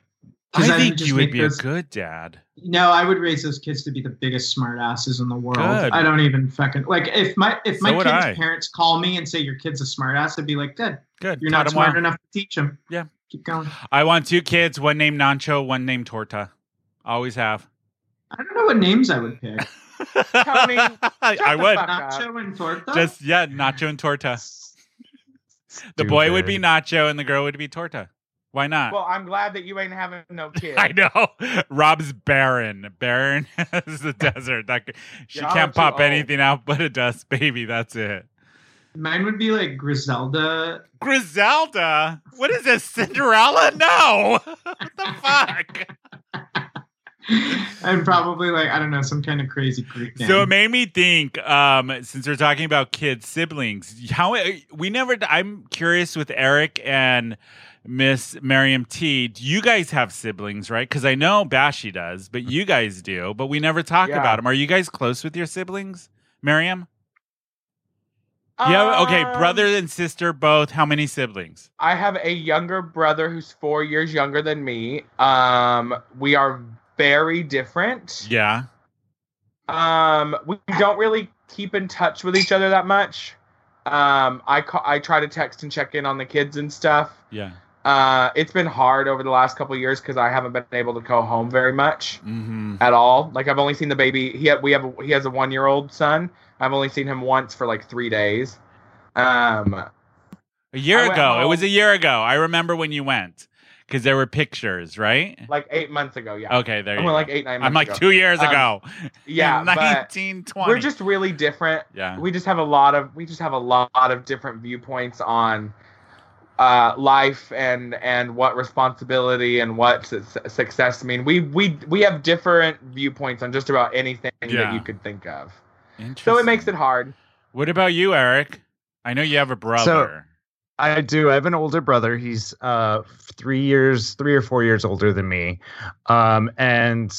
S2: 'Cause
S1: I
S2: would
S1: think
S2: just
S1: you would
S2: make
S1: be
S2: those-
S1: a good dad.
S2: No, I would raise those kids to be the biggest smartasses in the world.
S1: Good.
S2: I don't even fucking like if my if my
S1: So would
S2: kids'
S1: I.
S2: parents call me and say your kid's a smartass, I'd be like, good.
S1: Good.
S2: You're
S1: Taught
S2: not
S1: him well.
S2: smart enough to teach them.
S1: Yeah.
S2: Keep going.
S1: I want two kids. One named Nacho. One named Torta. Always have.
S2: I don't know what names I would pick.
S3: Tony, shut
S1: I
S3: the
S1: would.
S3: fuck up.
S2: Nacho and torta.
S1: Just yeah, Nacho and Torta. The boy would be
S4: Stupid.
S1: Nacho and the girl would be Torta. Why not?
S3: Well, I'm glad that you ain't having no kids.
S1: I know. Rob's barren. Barren is the desert. That, could- she
S3: Y'all are
S1: can't
S3: too
S1: pop
S3: old.
S1: anything out but a dust baby. That's it.
S2: Mine would be like Griselda.
S1: Griselda? What is this? Cinderella? No. what the fuck?
S2: and probably like I don't know some kind of crazy Greek name.
S1: So it made me think. Um, since we're talking about kids, siblings, how uh, we never. I'm curious with Eric and Miss Miriam T. Do you guys have siblings, right? Because I know Bashy does, but you guys do, but we never talk
S3: Yeah.
S1: about them. Are you guys close with your siblings, Miriam? yeah. Okay,
S3: Um,
S1: brother and sister both. How many siblings?
S3: I have a younger brother who's four years younger than me. Um, we are very different.
S1: Yeah.
S3: Um, we don't really keep in touch with each other that much. Um, I ca- I try to text and check in on the kids and stuff.
S1: Yeah.
S3: Uh, it's been hard over the last couple of years because I haven't been able to go home very much
S1: Mm-hmm.
S3: at all. Like I've only seen the baby. He ha- we have a, he has a one year old son. I've only seen him once for like three days. Um,
S1: A year
S3: I went
S1: ago. It
S3: home-
S1: was a year ago. I remember when you went because there were pictures, right?
S3: like eight months ago. Yeah,
S1: Okay, there
S3: I
S1: you
S3: went
S1: go.
S3: like eight nine. Months
S1: I'm like
S3: ago.
S1: two years
S3: Um,
S1: ago.
S3: Yeah, but
S1: 1920.
S3: we're just really different.
S1: yeah.
S3: We just have a lot of we just have a lot of different viewpoints on uh, life and and what responsibility and what su- success mean. We we we have different viewpoints on just about anything
S1: Yeah.
S3: that you could think of.
S1: Interesting.
S3: So it makes it hard.
S1: What about you, Eric? I know you have a brother.
S4: I do. I have an older brother. He's uh three years, three or four years older than me, um, and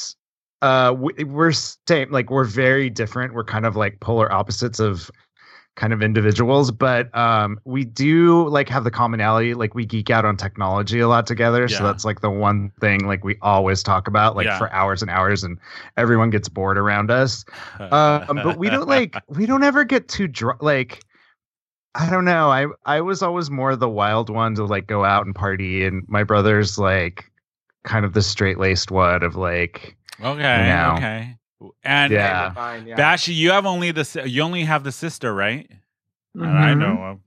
S4: uh, we, we're same. Like we're very different. We're kind of like polar opposites of kind of individuals, but um, we do like have the commonality. Like we geek out on technology a lot together. So
S1: Yeah.
S4: that's like the one thing like we always talk about, like
S1: Yeah.
S4: for hours and hours, and everyone gets bored around us um, but we don't like we don't ever get too drunk. Like I don't know. I I was always more the wild one to like go out and party, and my brother's like kind of the straight laced one of like
S1: Okay.
S4: No.
S1: Okay. And
S4: Yeah.
S3: Fine, yeah.
S1: Bashi, you have only the si- you only have the sister, right? I
S2: Mm-hmm.
S1: know of.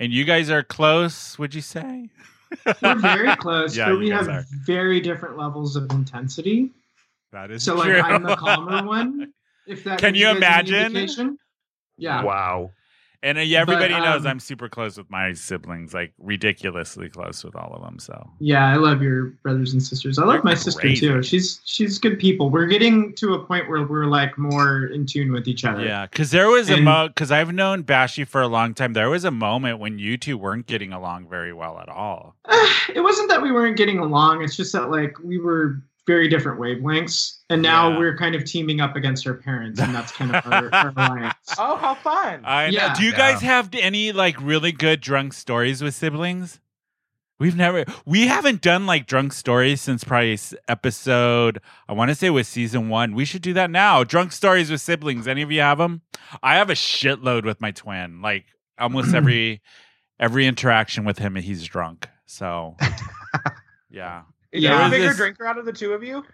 S1: And you guys are close, would you say?
S2: We're very close,
S1: Yeah,
S2: but
S1: you
S2: we
S1: guys
S2: have
S1: are.
S2: very different levels of intensity.
S1: that is
S2: So, like,
S1: true.
S2: I'm the calmer one. If that
S1: Can
S2: gives
S1: you
S2: guys any
S1: imagine?
S2: indication. Yeah.
S4: wow.
S1: and uh, yeah,
S2: But,
S1: everybody knows
S2: um,
S1: I'm super close with my siblings, like ridiculously close with all of them. So
S2: Yeah, I love your brothers and sisters. I love
S1: They're
S2: my sister
S1: crazy.
S2: too. She's she's good people. We're getting to a point where we're like more in tune with each other.
S1: Yeah, because there was a
S2: And-
S1: mo because I've known Bashi for a long time. There was a moment when you two weren't getting along very well at all.
S2: Uh, it wasn't that we weren't getting along. It's just that like we were very different wavelengths, and now
S1: Yeah.
S2: we're kind of teaming up against our parents, and that's kind of our, our alliance.
S3: Oh, how fun!
S1: I know.
S2: Yeah.
S1: Do you guys have any like really good drunk stories with siblings? We've never we haven't done like drunk stories since probably s- episode I want to say was season 1. We should do that now. Drunk stories with siblings. Any of you have them? I have a shitload with my twin. Like almost every every interaction with him he's drunk. So yeah.
S3: Is
S2: Yeah.
S3: yeah, a bigger
S1: This-
S3: drinker out of the two of you?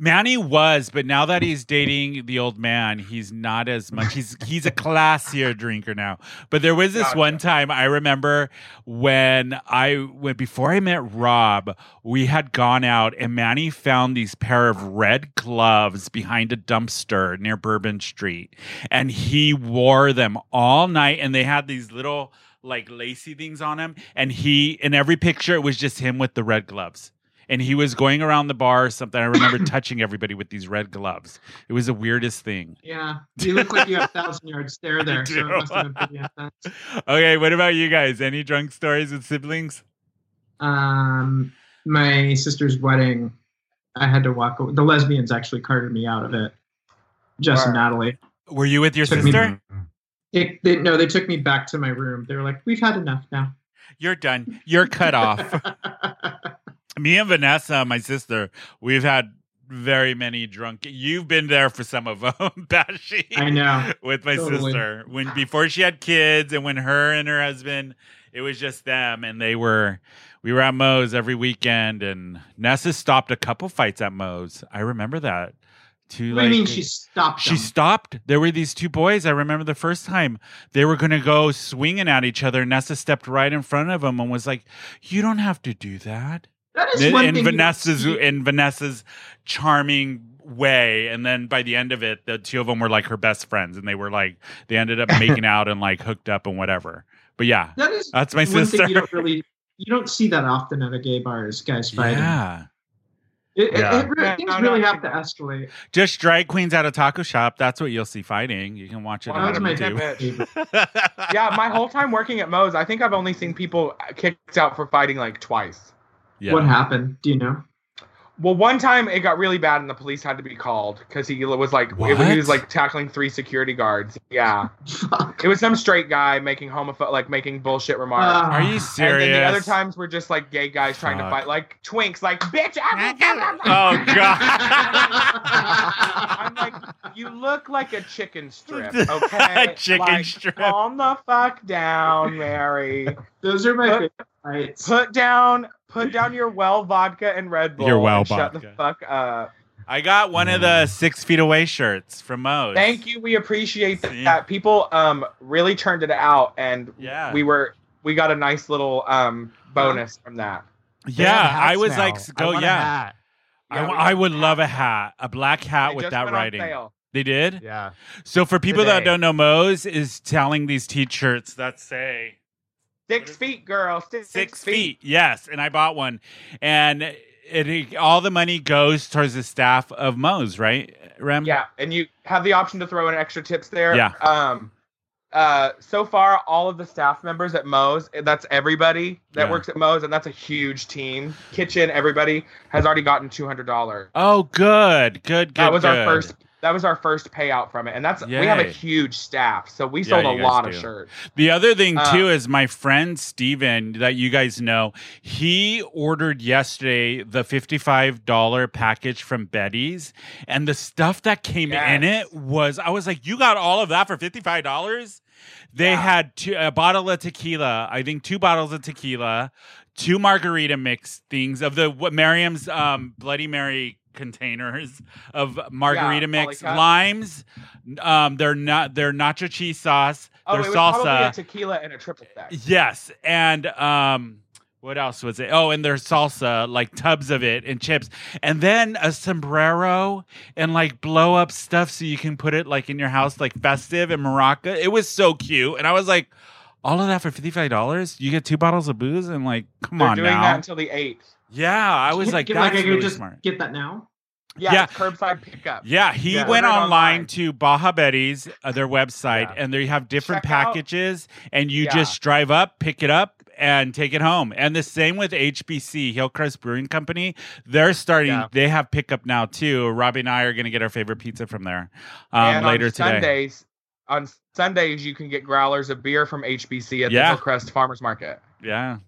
S1: Manny was, but now that he's dating the old man, he's not as much. He's he's a classier drinker now. But there was this
S3: Gotcha.
S1: one time I remember when I when before I met Rob, we had gone out and Manny found these pair of red gloves behind a dumpster near Bourbon Street, and he wore them all night, and they had these little like lacy things on him, and he in every picture it was just him with the red gloves and he was going around the bar or something. I remember touching everybody with these red gloves. It was the weirdest thing.
S2: Yeah, you look like you have thousand yards stare there. So it
S1: do.
S2: must have been pretty intense.
S1: Okay, what about you guys? Any drunk stories with siblings?
S2: Um, my sister's wedding, I had to walk. Away. The lesbians actually carted me out of it. Just
S3: Wow.
S2: Natalie.
S1: Were you with your
S2: Took me-
S1: sister?
S2: It, they, no, they took me back to my room. They were like, "We've had enough now."
S1: You're done. You're cut off. me and Vanessa, my sister, we've had very many drunk. You've been there for some of them, Bashi.
S2: I know.
S1: with my
S2: Totally.
S1: sister when before she had kids and when her and her husband it was just them and they were we were at Moe's every weekend and Nessa stopped a couple fights at Moe's. I remember that. To
S2: What
S1: like,
S2: do you mean she stopped?
S1: she
S2: them?
S1: stopped. There were these two boys. I remember the first time they were going to go swinging at each other. Nessa stepped right in front of them and was like, "You don't have to do that."
S2: That is
S1: in,
S2: one
S1: in
S2: thing. you don't
S1: Vanessa's
S2: see.
S1: in Vanessa's charming way. And then by the end of it, the two of them were like her best friends, and they were like they ended up making out and like hooked up and whatever. But yeah,
S2: That is
S1: that's my
S2: one
S1: sister.
S2: thing you don't really you don't see that often at a gay bar is guys fighting.
S1: Yeah,
S2: It, it-
S4: Yeah.
S2: it really- things
S3: No, no,
S2: really
S3: no.
S2: have to escalate.
S1: just drag queens at a taco shop. That's what you'll see fighting. You can watch it.
S3: Wow,
S1: on
S2: That was my
S1: YouTube.
S2: favorite.
S3: Yeah, my whole time working at Moe's, I think I've only seen people kicked out for fighting like twice.
S1: Yeah.
S2: What happened? Do you know?
S3: Well, one time it got really bad and the police had to be called because he was like he
S1: What?
S3: was like tackling three security guards. Yeah, it was some straight guy making homophobic like making bullshit remarks.
S1: Are you Uh, serious?
S3: And then the other times were just like gay guys trying to
S1: Fuck.
S3: fight like twinks, like bitch. I'm,
S1: oh
S2: Ah.
S1: god.
S3: I'm like, you look like a chicken strip, okay?
S1: Chicken
S3: Like,
S1: strip.
S3: Calm the fuck down, Mary.
S2: Those are my
S3: Put-
S2: favorite fights.
S3: Put down, put down your well vodka and Red Bull.
S1: Your well
S3: and Shut the
S1: vodka.
S3: fuck up.
S1: I got one of the six feet away shirts from Moe's.
S3: Thank you. We appreciate
S1: See?
S3: that. People um really turned it out, and
S1: Yeah. Uh-huh.
S3: we were we got a nice little um bonus from that.
S4: They
S1: Yeah,
S4: have hats
S1: I was
S4: now.
S1: like,
S4: I
S1: go,
S4: want a
S1: yeah.
S4: hat.
S1: I w- I would love a hat, a black hat with that writing. They did?
S4: Yeah.
S1: So for people that
S3: Today.
S1: don't know, Moe's is selling these t-shirts that say
S3: Six feet, girl. Six,
S1: six feet. Yes, and I bought one, and it, it- all the money goes towards the staff of Moe's, right, Rem?
S3: Yeah, and you have the option to throw in extra tips there.
S1: Yeah.
S3: Um, uh, so far, all of the staff members at Moe's, eh, that's everybody that
S1: Yeah.
S3: works at Moe's, and that's a huge team. Kitchen, everybody has already gotten two hundred dollars.
S1: Oh, good, good, good.
S3: That was our
S1: good.
S3: first. That was our first payout from it, and that's we have a
S1: Yay.
S3: huge staff, so we
S1: Yeah,
S3: sold
S1: you
S3: a
S1: guys
S3: lot of
S1: do.
S3: shirts.
S1: The other thing
S3: Uh,
S1: too is my friend Steven that you guys know, he ordered yesterday the $55 package from Betty's and the stuff that came in
S3: Yes.
S1: it was I was like, "You got all of that for $55?" They
S3: Yeah.
S1: had two, a bottle of tequila, I think two bottles of tequila, two margarita mix things of the what Miriam's um, Bloody Mary containers of margarita
S3: Molly
S1: mix,
S3: Cup.
S1: limes, um, their not their nacho cheese sauce,
S3: Oh,
S1: their
S3: it was probably a
S1: salsa.
S3: tequila and a triple sec.
S1: Yes, and um, what else was it? Oh, and their salsa, like tubs of it and chips, and then a sombrero and like blow up stuff so you can put it like in your house, like festive and maraca. It was so cute, and I was like, all of that for fifty five dollars? You get two bottles of booze and like, come
S3: They're
S1: on
S3: doing
S1: now.
S3: that until the eighth.
S1: yeah, I was
S2: Can-
S1: like,
S2: can-
S1: that's
S2: I could
S1: really
S2: just
S1: smart.
S2: Get that now.
S3: Yeah,
S1: Yeah.
S3: it's curbside pickup.
S1: Yeah, he
S3: Yeah.
S1: went
S3: Order it
S1: online,
S3: online.
S1: to Baja Betty's, uh, their website,
S3: Yeah.
S1: and they have different
S3: Check out-
S1: packages, and you
S3: Yeah.
S1: just drive up, pick it up, and take it home. And the same with HBC, Hillcrest Brewing Company. They're starting,
S3: Yeah.
S1: they have pickup now too. Robbie and I are going to get our favorite pizza from there um,
S3: and
S1: later
S3: on
S1: today.
S3: Sundays, on Sundays, you can get growlers of beer from HBC at
S1: Yeah.
S3: the Hillcrest Farmers Market.
S1: Yeah.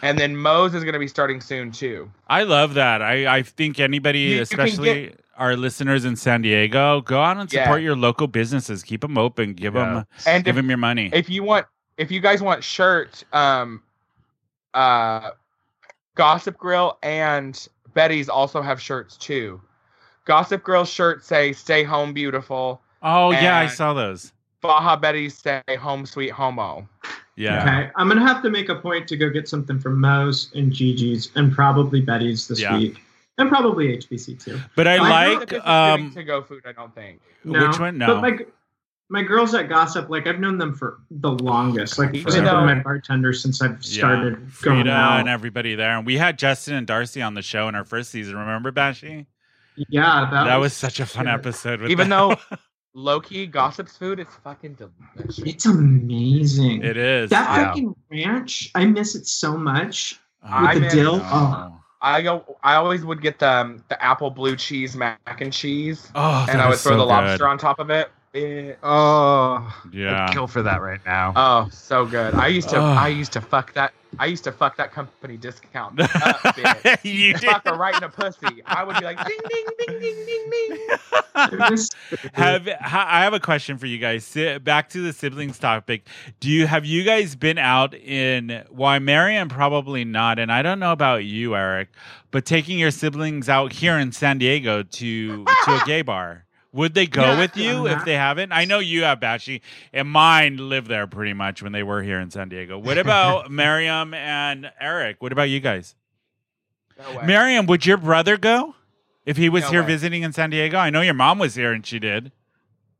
S3: And then Moe's is going to be starting soon, too.
S1: I love that. I, I think anybody,
S3: You- you can
S1: especially our listeners in San Diego, go out and
S3: Yeah.
S1: support your local businesses. Keep them open. Give them
S3: And
S1: give
S3: if,
S1: them your money.
S3: if you want, if you guys want shirt, um, uh, Gossip Grill and Betty's also have shirts, too. Gossip Grill shirts say "Stay Home Beautiful."
S1: oh yeah, I
S3: and-
S1: saw those.
S3: Baja Betty's say "Home Sweet Homo."
S1: Yeah.
S2: Okay. I'm gonna have to make a point to go get something from Moe's and Gigi's and probably Betty's this
S1: Yeah.
S2: week. And probably HBC too.
S1: But I
S2: Why not?
S1: like um
S3: to go food. I don't think.
S2: No.
S1: which one? No.
S2: But my my girls at Gossip, like I've known them for the longest. Like
S3: Even
S2: those have
S3: though-
S2: been my bartenders since I've
S1: Yeah,
S2: started going
S1: Frida
S2: out.
S1: and everybody there, and we had Justin and Darcy on the show in our first season. Remember, Bashi?
S2: yeah, that,
S1: That, was, such a fun
S2: yeah.
S1: episode. With
S3: Even
S1: them.
S3: though low key gossips food is fucking delicious.
S2: It's amazing.
S1: it is,
S2: That
S4: Yeah.
S2: freaking ranch, I miss it so much.
S1: Oh,
S3: with the
S1: I
S2: dill,
S1: know.
S2: oh.
S3: I go. I always would get the um, the apple blue cheese mac and cheese,
S1: Oh,
S3: and
S1: that
S3: I would
S1: is
S3: throw
S1: so
S3: the
S1: good.
S3: lobster on top of it. Eh,
S4: Oh, I'd
S1: Yeah.
S4: kill for that right now.
S3: Oh, so good. I used to.
S1: Ugh.
S3: I used to fuck that. I used to fuck that company discount up, bitch.
S1: you did.
S3: Fuck her right in the pussy. I would be like, ding, ding, ding, ding, ding, ding.
S2: I miss
S1: have ha- I have a question for you guys. Si- Back to the siblings topic. Do you have you guys been out in? Why Marion probably not, and I don't know about you, Eric, but taking your siblings out here in San Diego to to a gay bar. Would they go
S2: Yeah,
S1: with you
S2: uh-huh.
S1: if they haven't? I know you have Bashi, and mine lived there pretty much when they were here in San Diego. What about Miriam and Eric? What about you guys?
S3: No way.
S1: Miriam, would your brother go if he was
S3: No
S1: here
S3: way.
S1: visiting in San Diego? I know your mom was here and she did.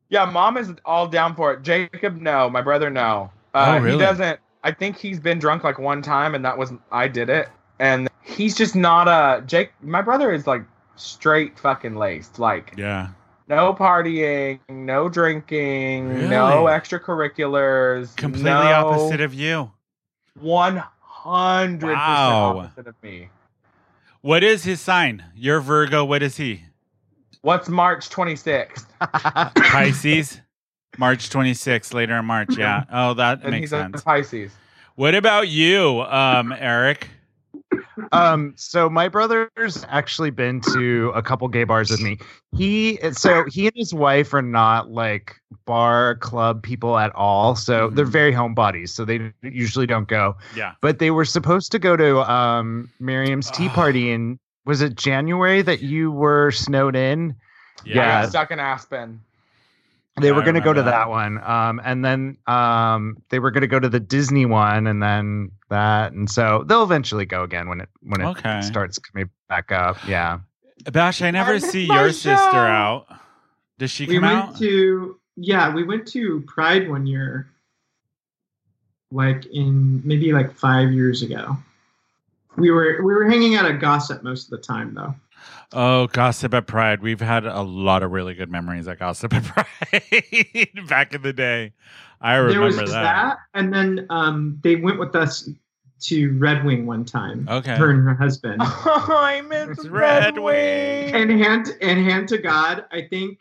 S3: Yeah, mom is all down for it. Jacob, no. My brother, no.
S1: Oh,
S3: Uh,
S1: really?
S3: He doesn't. I think he's been drunk like one time, and that was I did it. And he's just not a Jake. My brother is like straight fucking laced. Like
S1: Yeah.
S3: no partying, no drinking, no
S1: Really?
S3: extracurriculars.
S1: completely
S3: no-
S1: opposite of you.
S3: one hundred percent
S1: Wow.
S3: opposite of me.
S1: What is his sign? You're Virgo. What is he?
S3: What's March twenty sixth?
S1: Pisces. March 26th, later in March. Yeah. Oh, that
S3: And
S1: makes
S3: he's a
S1: sense.
S3: Pisces.
S1: What about you, um, Eric?
S4: um so my brother's actually been to a couple gay bars with me he so he and his wife are not like bar club people at all so they're very homebodies so they usually don't go
S1: Yeah.
S4: but they were supposed to go to um miriam's tea
S1: Ah.
S4: party in was it january that you were snowed in
S3: I
S4: Yeah.
S3: got stuck in Aspen.
S4: They were
S1: I
S4: going to go to
S1: remember that.
S4: that one, um, and then um, they were going to go to the Disney one, and then that, and so they'll eventually go again when it when it
S1: Okay.
S4: starts coming back up. Yeah,
S1: Bash, I never
S3: miss
S1: see
S3: my
S1: your sister
S3: show.
S1: out. Does she
S2: we
S1: come
S2: went
S1: out?
S2: to yeah, we went to Pride one year, like in maybe like five years ago. We were we were hanging out at Gossip most of the time though.
S1: oh, Gossip at Pride. We've had a lot of really good memories at Gossip at Pride back in the day. I
S2: there was
S1: remember
S2: that.
S1: that.
S2: and then um, they went with us to Red Wing one time.
S1: Okay.
S2: her and her husband.
S3: Oh, I
S1: It's
S3: miss
S1: Red
S3: Red,
S1: Wing.
S3: Wing.
S2: and hand and hand to God, I think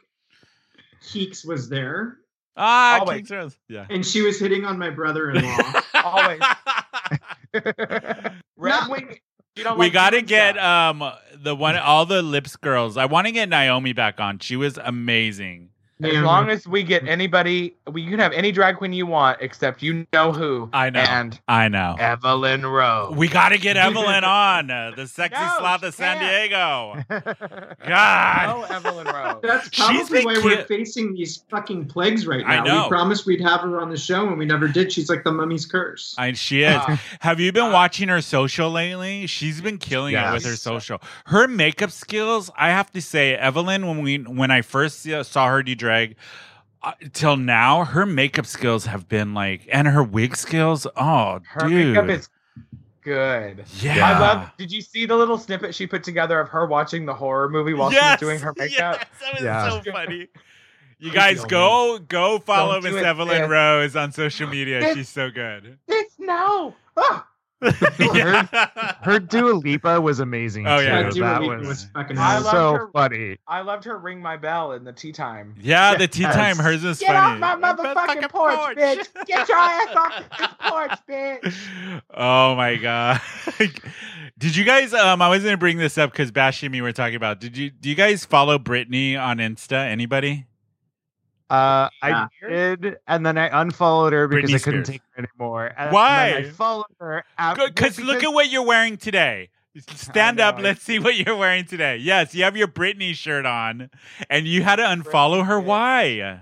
S2: Keeks was there,
S1: Ah,
S3: Always.
S1: King's Road. Yeah.
S2: and she was hitting on my brother-in-law.
S3: Always. Red
S2: No.
S3: Wing. You don't
S1: we
S3: like
S1: got to
S3: doing
S1: get
S3: stuff.
S1: um the one all the lips girls. I want to get Naomi back on. She was amazing.
S3: as
S2: Man,
S3: long as we get anybody, we you can have any drag queen you want, except you know who.
S1: I know.
S3: And
S1: I know.
S3: Evelyn Rowe.
S1: We got to get Evelyn on uh, the sexy
S3: No,
S1: sloth of
S3: she
S1: San
S3: can't.
S1: Diego.
S4: yeah.
S1: God.
S3: know Evelyn Rowe.
S2: that's
S1: She's
S2: probably
S1: been
S2: why
S1: ki-
S2: we're facing these fucking plagues right
S1: I
S2: now.
S1: know.
S2: We promised we'd have her on the show, and we never did. She's like the mummy's curse.
S1: I, she is.
S3: Ah.
S1: Have you been
S3: Ah.
S1: watching her social lately? She's been killing it with her
S3: Yes.
S1: social. Her makeup skills, I have to say, Evelyn, when we when I first uh, saw her do drag uh, till now, her makeup skills have been like, and her wig skills. Oh,
S3: Her
S1: dude,
S3: makeup is good.
S1: yeah.
S3: I love. Did you see the little snippet she put together of her watching the horror movie while
S1: Yes!
S3: she was doing her makeup?
S1: Yes, that was
S4: Yeah.
S1: so funny. You
S3: Creepy
S1: guys
S3: old
S1: go go follow
S3: Don't do
S1: Miss
S3: it,
S1: Evelyn
S3: sis.
S1: Rose on social media.
S3: Sis.
S1: She's so good.
S3: It's no. Oh,
S1: Yeah.
S4: Her Dua Lipa was amazing.
S1: Oh,
S4: too.
S1: yeah.
S2: That
S1: Her
S2: Dua
S4: that
S2: Lipa
S4: was,
S2: was fucking
S3: I
S2: awesome.
S3: love
S4: so
S3: her-
S4: funny.
S3: I loved her ring my bell in the tea time.
S1: Yeah, the tea time. Hers is
S3: Get
S1: funny.
S3: off my motherfucking porch, bitch! Get your ass off this porch, bitch!
S1: Oh my god! Did you guys? Um, I was gonna bring this up because Bash and me were talking about. Did you? Do you guys follow Brittany on Insta? Anybody?
S4: Uh, I
S2: Yeah.
S4: did, and then I unfollowed her because
S1: Britney
S4: I couldn't
S1: Spears.
S4: take her anymore. And
S1: Why?
S4: Then I followed her after
S1: Good, because look at what you're wearing today. Stand
S4: I
S1: up.
S4: know.
S1: Let's see what you're wearing today. Yes, you have your Britney shirt on, and you had to unfollow her. Why?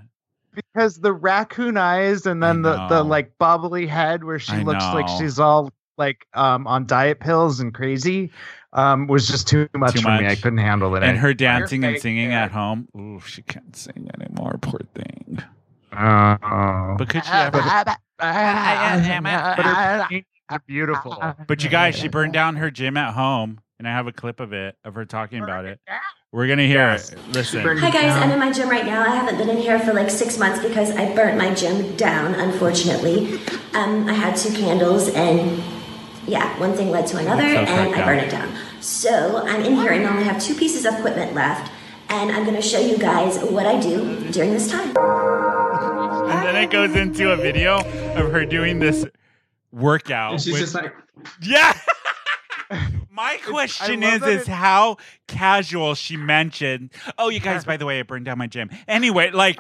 S4: because the raccoon eyes and then the
S1: know.
S4: the like bobbly head where she
S1: I
S4: looks like
S1: know.
S4: she's all like um on diet pills and crazy um was just too much
S1: Too
S4: for me. I
S1: much.
S4: couldn't handle it.
S1: And
S4: I-
S1: her dancing and
S3: fake
S1: singing
S3: hair.
S1: at home. Ooh, she can't sing anymore. Poor thing.
S4: Uh,
S1: But could she ever?
S4: but her feet are beautiful.
S1: But you guys, she burned down her gym at home, and I have a clip of it of her talking about it. We're gonna hear it. Listen.
S2: Burned
S9: Hi
S2: it
S9: guys,
S2: down.
S9: I'm in my gym right now. I haven't been in here for like six months because I burnt my gym down, unfortunately. Um, I had two candles and yeah, one thing led to another
S1: sounds
S9: and
S1: right,
S9: I burned it down. So I'm in here and only have two pieces of equipment left and I'm gonna show you guys what I do during this time.
S1: And then it goes into a video of her doing this workout.
S2: And she's
S1: which-
S2: just like,
S1: yeah. My question
S4: love
S1: is,
S4: that
S1: is
S4: it-
S1: how casual she mentioned. Oh, you guys, by the way, I burned down my gym. Anyway, like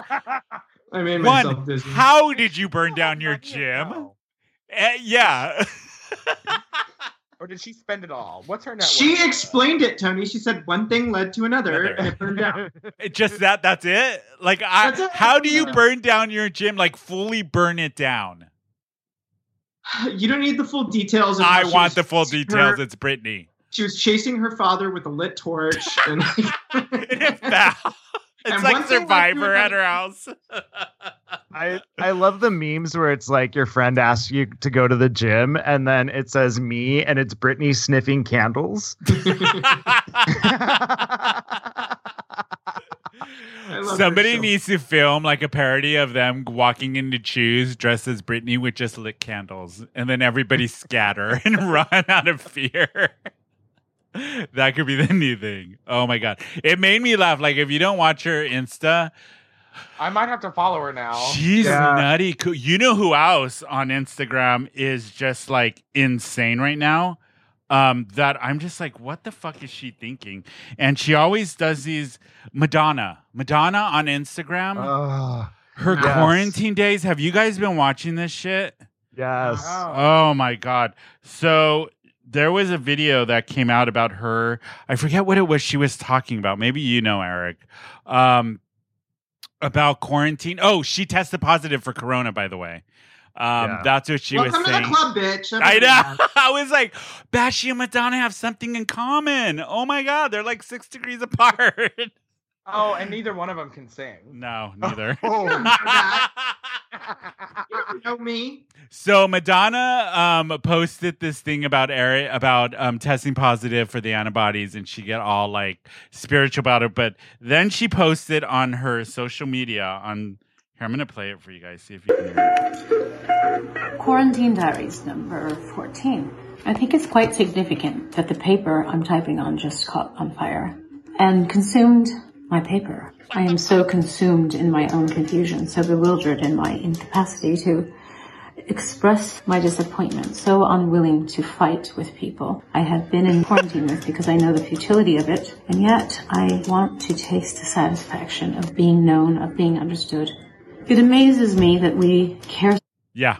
S2: I made myself
S1: one,
S2: dizzy.
S1: how did you burn down your gym? Eh, yeah.
S3: Or did she spend it all? What's her network?
S2: she explained it, Tony. She said one thing led to another,
S1: Another.
S2: and it turned out.
S1: It just that that's it like I,
S2: That's it.
S1: how do you
S2: Yeah.
S1: burn down your gym like fully burn it down
S2: You don't need the full details. Of how
S1: i
S2: she
S1: want
S2: was
S1: the full
S2: chasing
S1: details
S2: her-
S1: it's brittany
S2: she was chasing her father with a lit torch, and
S1: it is bad it's
S2: And one
S1: like
S2: thing led to
S1: survivor at
S2: another.
S1: her house
S4: I I love the memes where it's like your friend asks you to go to the gym and then it says me and it's Brittany sniffing candles.
S2: love her
S1: somebody
S2: so-
S1: needs to film like a parody of them walking into shoes dressed as brittany with just lit candles and then everybody scatter and run out of fear that could be the new thing oh my god it made me laugh like if you don't watch her insta
S3: I might have to follow her now.
S1: She's
S4: Yeah.
S1: nutty. Cool. You know who else on Instagram is just like insane right now? Um, that I'm just like, what the fuck is she thinking? And she always does these Madonna, Madonna on Instagram.
S4: oh,
S1: Her
S4: yes.
S1: quarantine days. Have you guys been watching this shit?
S4: yes.
S1: Oh my god. So there was a video that came out about her. I forget what it was she was talking about. Maybe you know Eric. Um about quarantine. Oh, she tested positive for corona, by the way. Um,
S4: Yeah.
S1: That's what she
S2: Welcome
S1: was
S2: to
S1: saying.
S2: the club, bitch.
S1: I
S2: Everybody-
S1: know. I was like, Bashy and Madonna have something in common. Oh my God, they're like six degrees apart.
S3: Oh, and neither one of them can sing.
S1: no, neither.
S2: You don't know me.
S1: so Madonna um, posted this thing about Eric about um, testing positive for the antibodies, and she got all like spiritual about it. But then she posted on her social media on. Here, I'm gonna play it for you guys. See if you can hear it.
S10: Quarantine Diaries number 14. I think it's quite significant that the paper I'm typing on just caught on fire and consumed my paper. I am so consumed in my own confusion, so bewildered in my incapacity to express my disappointment, so unwilling to fight with people I have been in quarantine with because I know the futility of it, and yet I want to taste the satisfaction of being known, of being understood. It amazes me that we care
S1: Yeah,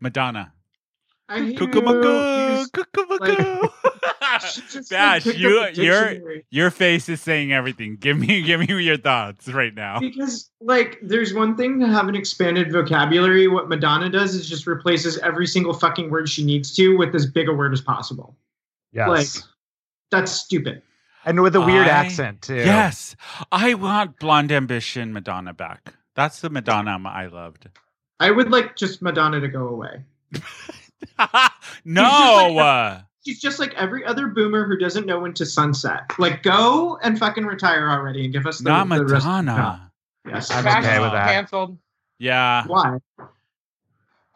S1: Madonna.
S2: I hate you.
S1: Cuckoo,
S2: You
S1: cuckoo,
S2: like-
S1: cuckoo.
S2: She just, like,
S1: Bash,
S2: picked
S1: you,
S2: up the
S1: your
S2: dictionary.
S1: your face is saying everything. Give me, give me your thoughts right now.
S2: because like there's one thing to have an expanded vocabulary. What Madonna does is just replaces every single fucking word she needs to with as big a word as possible.
S4: Yes.
S2: Like that's stupid.
S4: and with a weird
S1: I-
S4: accent too.
S1: Yes, I want blonde ambition Madonna back. That's the Madonna I loved.
S2: I would like just Madonna to go away.
S1: no, uh,
S2: She's just like every other boomer who doesn't know when to sunset. Like go and fucking retire already and give us the,
S1: not
S2: the rest.
S1: Madonna.
S2: Yes.
S4: I'm
S3: Fashion's
S4: okay with that.
S3: Canceled.
S1: Yeah,
S2: Why?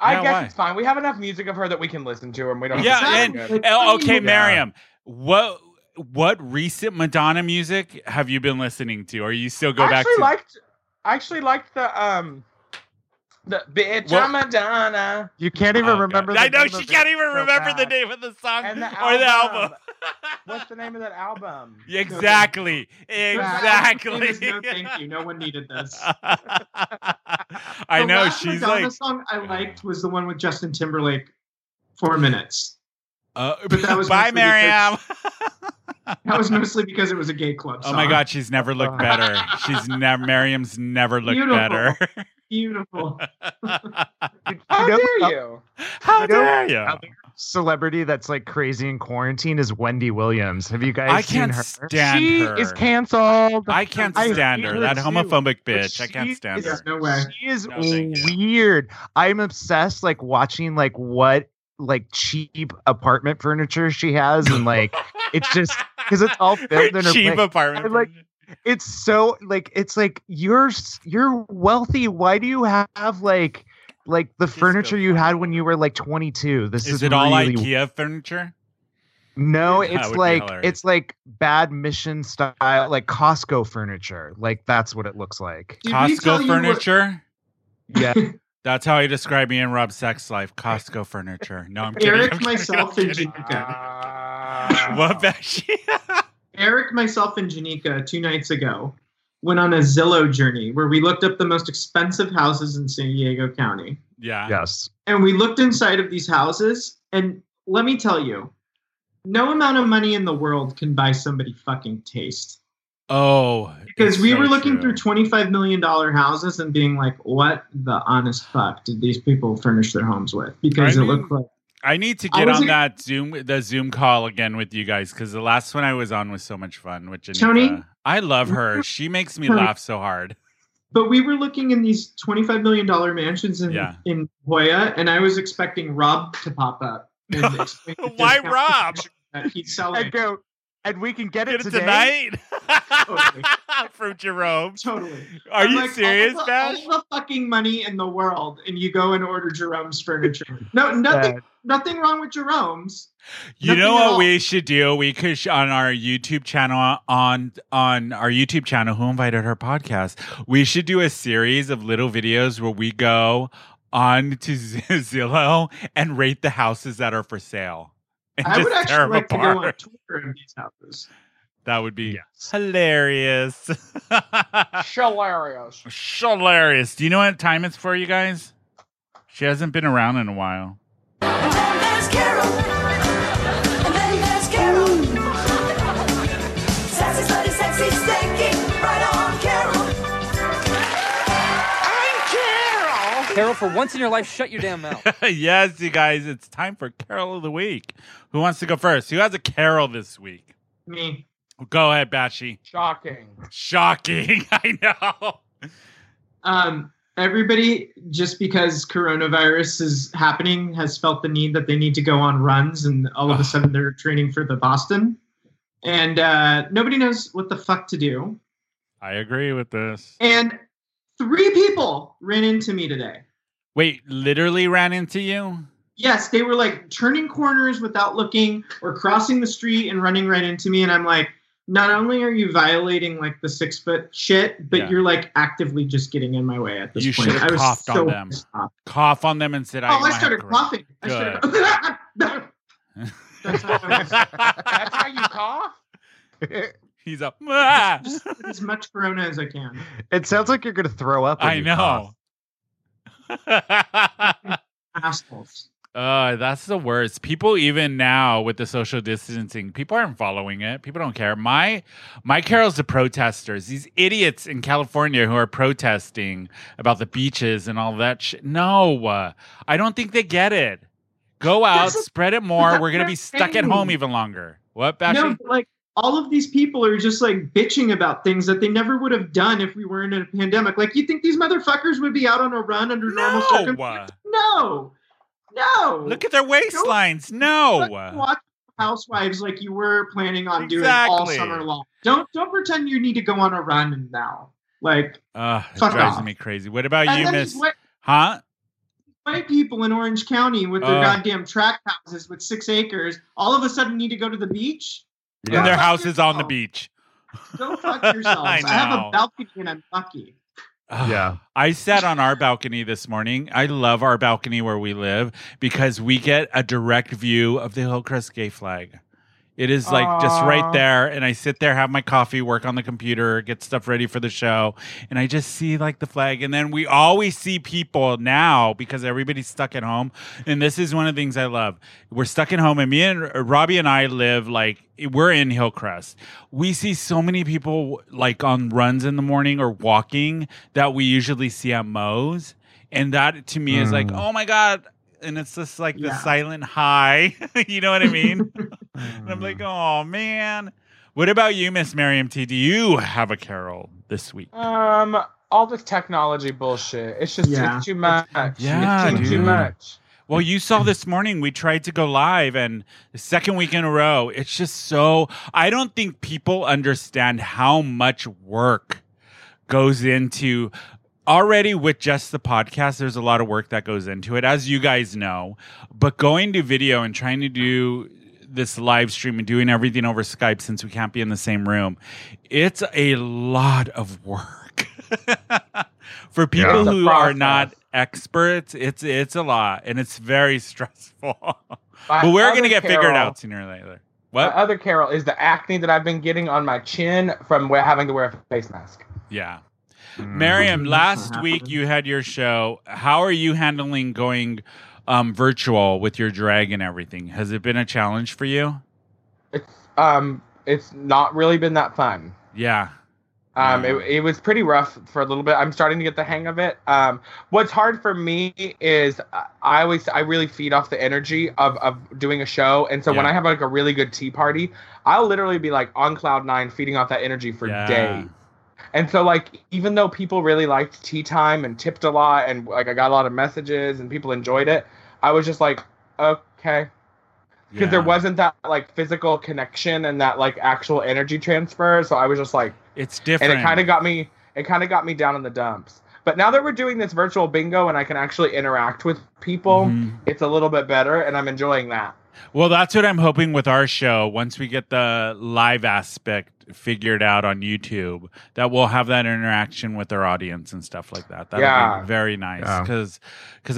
S3: I
S1: Yeah,
S3: guess
S1: why?
S3: it's fine. We have enough music of her that we can listen to, and we don't.
S1: Yeah,
S3: have
S1: and-
S3: to
S2: Like,
S1: Oh,
S2: fucking-
S1: okay, Miriam. What what recent Madonna music have you been listening to? Or you still go
S3: I
S1: back
S3: actually
S1: to?
S3: liked. I actually liked the um, the bitch
S1: What-
S3: I'm Madonna
S4: You can't even
S1: Oh, God.
S4: remember. The
S1: I know
S4: name
S1: she
S4: of
S1: can't
S4: it
S1: even
S4: so
S1: remember the
S4: bad.
S1: name of the song
S3: and the
S1: or the album.
S3: album. What's the name of that album?
S1: Exactly. Exactly.
S2: It is no thank you. No one needed this.
S1: I
S2: The
S1: know
S2: last
S1: she's
S2: Madonna
S1: like,
S2: song I liked was the one with Justin Timberlake. Four minutes.
S1: uh,
S2: but that was
S1: bye,
S2: mostly because-
S1: Miriam.
S2: That was mostly because it was a gay club.
S1: Oh my
S2: song.
S1: God, she's never looked better. She's never Miriam's never looked
S2: Beautiful.
S1: better.
S2: Beautiful.
S3: How
S4: You know-
S3: dare you?
S1: How dare you?
S4: Other celebrity that's like crazy in quarantine is Wendy Williams. Have you guys
S1: I
S4: seen
S1: can't
S4: her?
S1: stand
S3: she
S1: her.
S3: is canceled.
S1: I can't
S4: I
S1: stand
S4: hate
S1: her.
S4: her
S1: That
S4: too,
S1: homophobic
S4: but
S1: bitch. I can't
S4: she
S1: stand
S4: is-
S1: her.
S2: There's no way.
S4: She is
S1: No, thank you.
S4: weird. I'm obsessed like watching like what like cheap apartment furniture she has and like it's just- 'cause it's all filmed
S1: her
S4: in her
S1: cheap
S4: place.
S1: apartment.
S4: I like- it's so like it's like you're s- you're wealthy. Why do you have like like the
S1: Disco
S4: furniture you had
S1: furniture.
S4: when you were like 22? This is,
S1: is, it all
S4: really
S1: IKEA furniture?
S4: No,
S1: That
S4: it's
S1: would be
S4: like
S1: hilarious.
S4: it's like bad mission style, like Costco furniture. Like that's what it looks like.
S2: Did we tell
S1: Costco
S2: you what-
S1: furniture.
S4: Yeah,
S1: That's how I describe me and Rob's sex life. Costco furniture. No, I'm kidding.
S2: Eric,
S1: I'm kidding,
S2: myself,
S1: I'm
S2: and
S1: kidding.
S2: Janika.
S1: What, Beshi?
S2: Eric, myself, and Janika two nights ago went on a Zillow journey where we looked up the most expensive houses in San Diego County.
S1: yeah.
S4: yes.
S2: And we looked inside of these houses, and let me tell you, no amount of money in the world can buy somebody fucking taste.
S1: Oh.
S2: Because
S1: it's
S2: we
S1: so
S2: were looking
S1: true.
S2: through $25 million houses and being like, what the honest fuck did these people furnish their homes with? Because
S1: I
S2: it looked
S1: mean-
S2: like
S1: I need to
S2: I
S1: get
S2: was
S1: on
S2: in-
S1: that Zoom, the Zoom call again with you guys because the last one I was on was so much fun. With Janika.
S2: Tony?
S1: I love her. She makes me
S2: Tony.
S1: laugh so hard.
S2: But we were looking in these twenty-five million dollar mansions in
S1: Yeah.
S2: in Hoya, and I was expecting Rob to pop up. and explain the
S1: Why
S2: discount
S1: Rob?
S2: That he's selling
S4: And go, and we can get it
S1: Get it
S4: today.
S1: tonight
S2: Totally.
S1: from Jerome.
S2: totally.
S1: Are
S2: I'm
S1: you
S2: like, oh, all
S1: serious,
S2: the-
S1: Bash?
S2: All the fucking money in the world, and you go and order Jerome's furniture. No, nothing,
S4: Yeah.
S2: nothing wrong with Jerome's.
S1: You know
S2: Nothing at
S1: what
S2: all.
S1: we should do? We could sh- on our YouTube channel on on our YouTube channel who invited her podcast. We should do a series of little videos where we go on to Z- Zillow and rate the houses that are for sale and
S2: I would
S1: just tear
S2: actually
S1: 'em
S2: like to go on
S1: apart.
S2: tour of these houses.
S1: That would be
S4: Yes.
S1: hilarious.
S3: Hilarious.
S1: hilarious. Do you know what time it's for, you guys? She hasn't been around in a while.
S5: Then there's Carol. And then there's Carol. Sassy, slutty, sexy, stinky. Right on, Carol.
S11: Carol, for once in your life, shut your damn mouth.
S1: yes, you guys, it's time for Carol of the Week. Who wants to go first? Who has a Carol this week?
S3: Me.
S1: Go ahead, Batchy.
S3: Shocking.
S1: Shocking. I know.
S2: Um, everybody, just because coronavirus is happening, has felt the need that they need to go on runs, and all of a sudden they're training for the Boston. And uh, nobody knows what the fuck to do.
S1: I agree with this.
S2: And three people ran into me today.
S1: Wait, literally ran into you?
S2: Yes, they were like turning corners without looking or crossing the street and running right into me. And I'm like, not only are you violating like the six foot shit, but
S1: Yeah.
S2: you're like actively just getting in my way at this
S1: You
S2: point.
S1: should have coughed on them.
S2: pissed off.
S1: Cough on them and said,
S2: Oh, I
S1: want
S2: started
S1: to-
S2: coughing. I
S1: Good.
S2: started.
S3: That's how, I was- that's how you cough?
S1: He's up.
S2: Just get as much corona as I can.
S4: It sounds like you're going to throw up. when
S1: I
S4: you
S1: know.
S4: cough.
S2: Assholes.
S1: Uh, that's the worst. People even now with the social distancing, people aren't following it. People don't care. My my carol's the protesters. These idiots in California who are protesting about the beaches and all that shit. No, uh, I don't think they get it. Go out,
S2: That's-
S1: spread it more.
S2: that's
S1: We're gonna be
S2: their
S1: stuck at
S2: thing.
S1: home even longer. What, Bashy?
S2: No, but, like all of these people are just like bitching about things that they never would have done if we weren't in a pandemic. Like, you think these motherfuckers would be out on a run under normal
S1: No,
S2: circumstances?
S1: uh,
S2: No, no.
S1: look at their waistlines. No,
S2: Fucking
S1: uh,
S2: watch Housewives like you were planning on doing all
S1: Exactly.
S2: summer long. Don't don't pretend you need to go on a run now. Like,
S1: Ugh, it
S2: Fuck
S1: drives
S2: off.
S1: me crazy. What about
S2: and
S1: you,
S2: then these
S1: Miss?
S2: white,
S1: Huh?
S2: white people in Orange County with their
S1: Ugh.
S2: goddamn tract houses with six acres, all of a sudden need to go to the beach.
S1: And their
S2: Fuck
S1: house is on the
S2: yourself.
S1: beach.
S2: Go fuck yourselves.
S1: I
S2: I, have
S1: know.
S2: a balcony and I'm lucky.
S4: Yeah.
S1: I sat on our balcony this morning. I love our balcony where we live because we get a direct view of the Hillcrest gay flag. It is like just right
S3: Aw.
S1: there. And I sit there, have my coffee, work on the computer, get stuff ready for the show. And I just see like the flag. And then we always see people now because everybody's stuck at home. And this is one of the things I love. We're stuck at home. And me and Robbie and I live like we're in Hillcrest. We see so many people like on runs in the morning or walking that we usually see at Moe's. And that to me is like,
S4: Mm.
S1: oh my God. And it's just like the
S2: Yeah.
S1: silent high. you know what I mean? And I'm like, oh man. What about you, Miss Miriam T? Do you have a carol this week?
S3: Um, all this technology bullshit. It's just
S2: Yeah.
S3: it's too much.
S1: Yeah,
S3: it's too, too
S1: dude.
S3: much.
S1: Well, you saw this morning we tried to go live, and the second week in a row, it's just so. I don't think people understand how much work goes into already with just the podcast. There's a lot of work that goes into it, as you guys know. But going to video and trying to do this live stream and doing everything over Skype since we can't be in the same room, it's a lot of work. For people
S3: It's a
S1: who are not
S3: process.
S1: experts, it's it's a lot and it's very stressful.
S3: My
S1: but we're
S3: other
S1: gonna get figured
S3: Carol-
S1: out sooner or later.
S3: My
S1: What?
S3: other Carol is the acne that I've been getting on my chin from wear, having to wear a face mask.
S1: yeah. Miriam,
S2: Mhm.
S1: last
S2: That
S1: week
S2: happened.
S1: you had your show. How are you handling going um, virtual with your drag and everything? Has it been a challenge for you?
S3: It's um, it's not really been that fun.
S1: Yeah.
S3: Um,
S1: Yeah.
S3: it, it was pretty rough for a little bit. I'm starting to get the hang of it. Um, what's hard for me is uh, I always I really feed off the energy of of doing a show, and so when
S1: Yeah.
S3: I have like a really good tea party, I'll literally be like on cloud nine, feeding off that energy for
S1: Yeah.
S3: days. And so like even though people really liked tea time and tipped a lot, and like I got a lot of messages and people enjoyed it, I was just like, okay,
S1: Yeah.
S3: because there wasn't that like physical connection and that like actual energy transfer. So I was just like
S1: It's different.
S3: and it kind of got me it kind of got me down in the dumps but now that we're doing this virtual bingo and i can actually interact with people
S1: Mhm.
S3: it's a little bit better and i'm enjoying that
S1: Well, that's what I'm hoping with our show. Once we get the live aspect figured out on YouTube, that we'll have that interaction with our audience and stuff like that. That'll
S3: Yeah.
S1: be very nice
S4: Yeah.
S1: because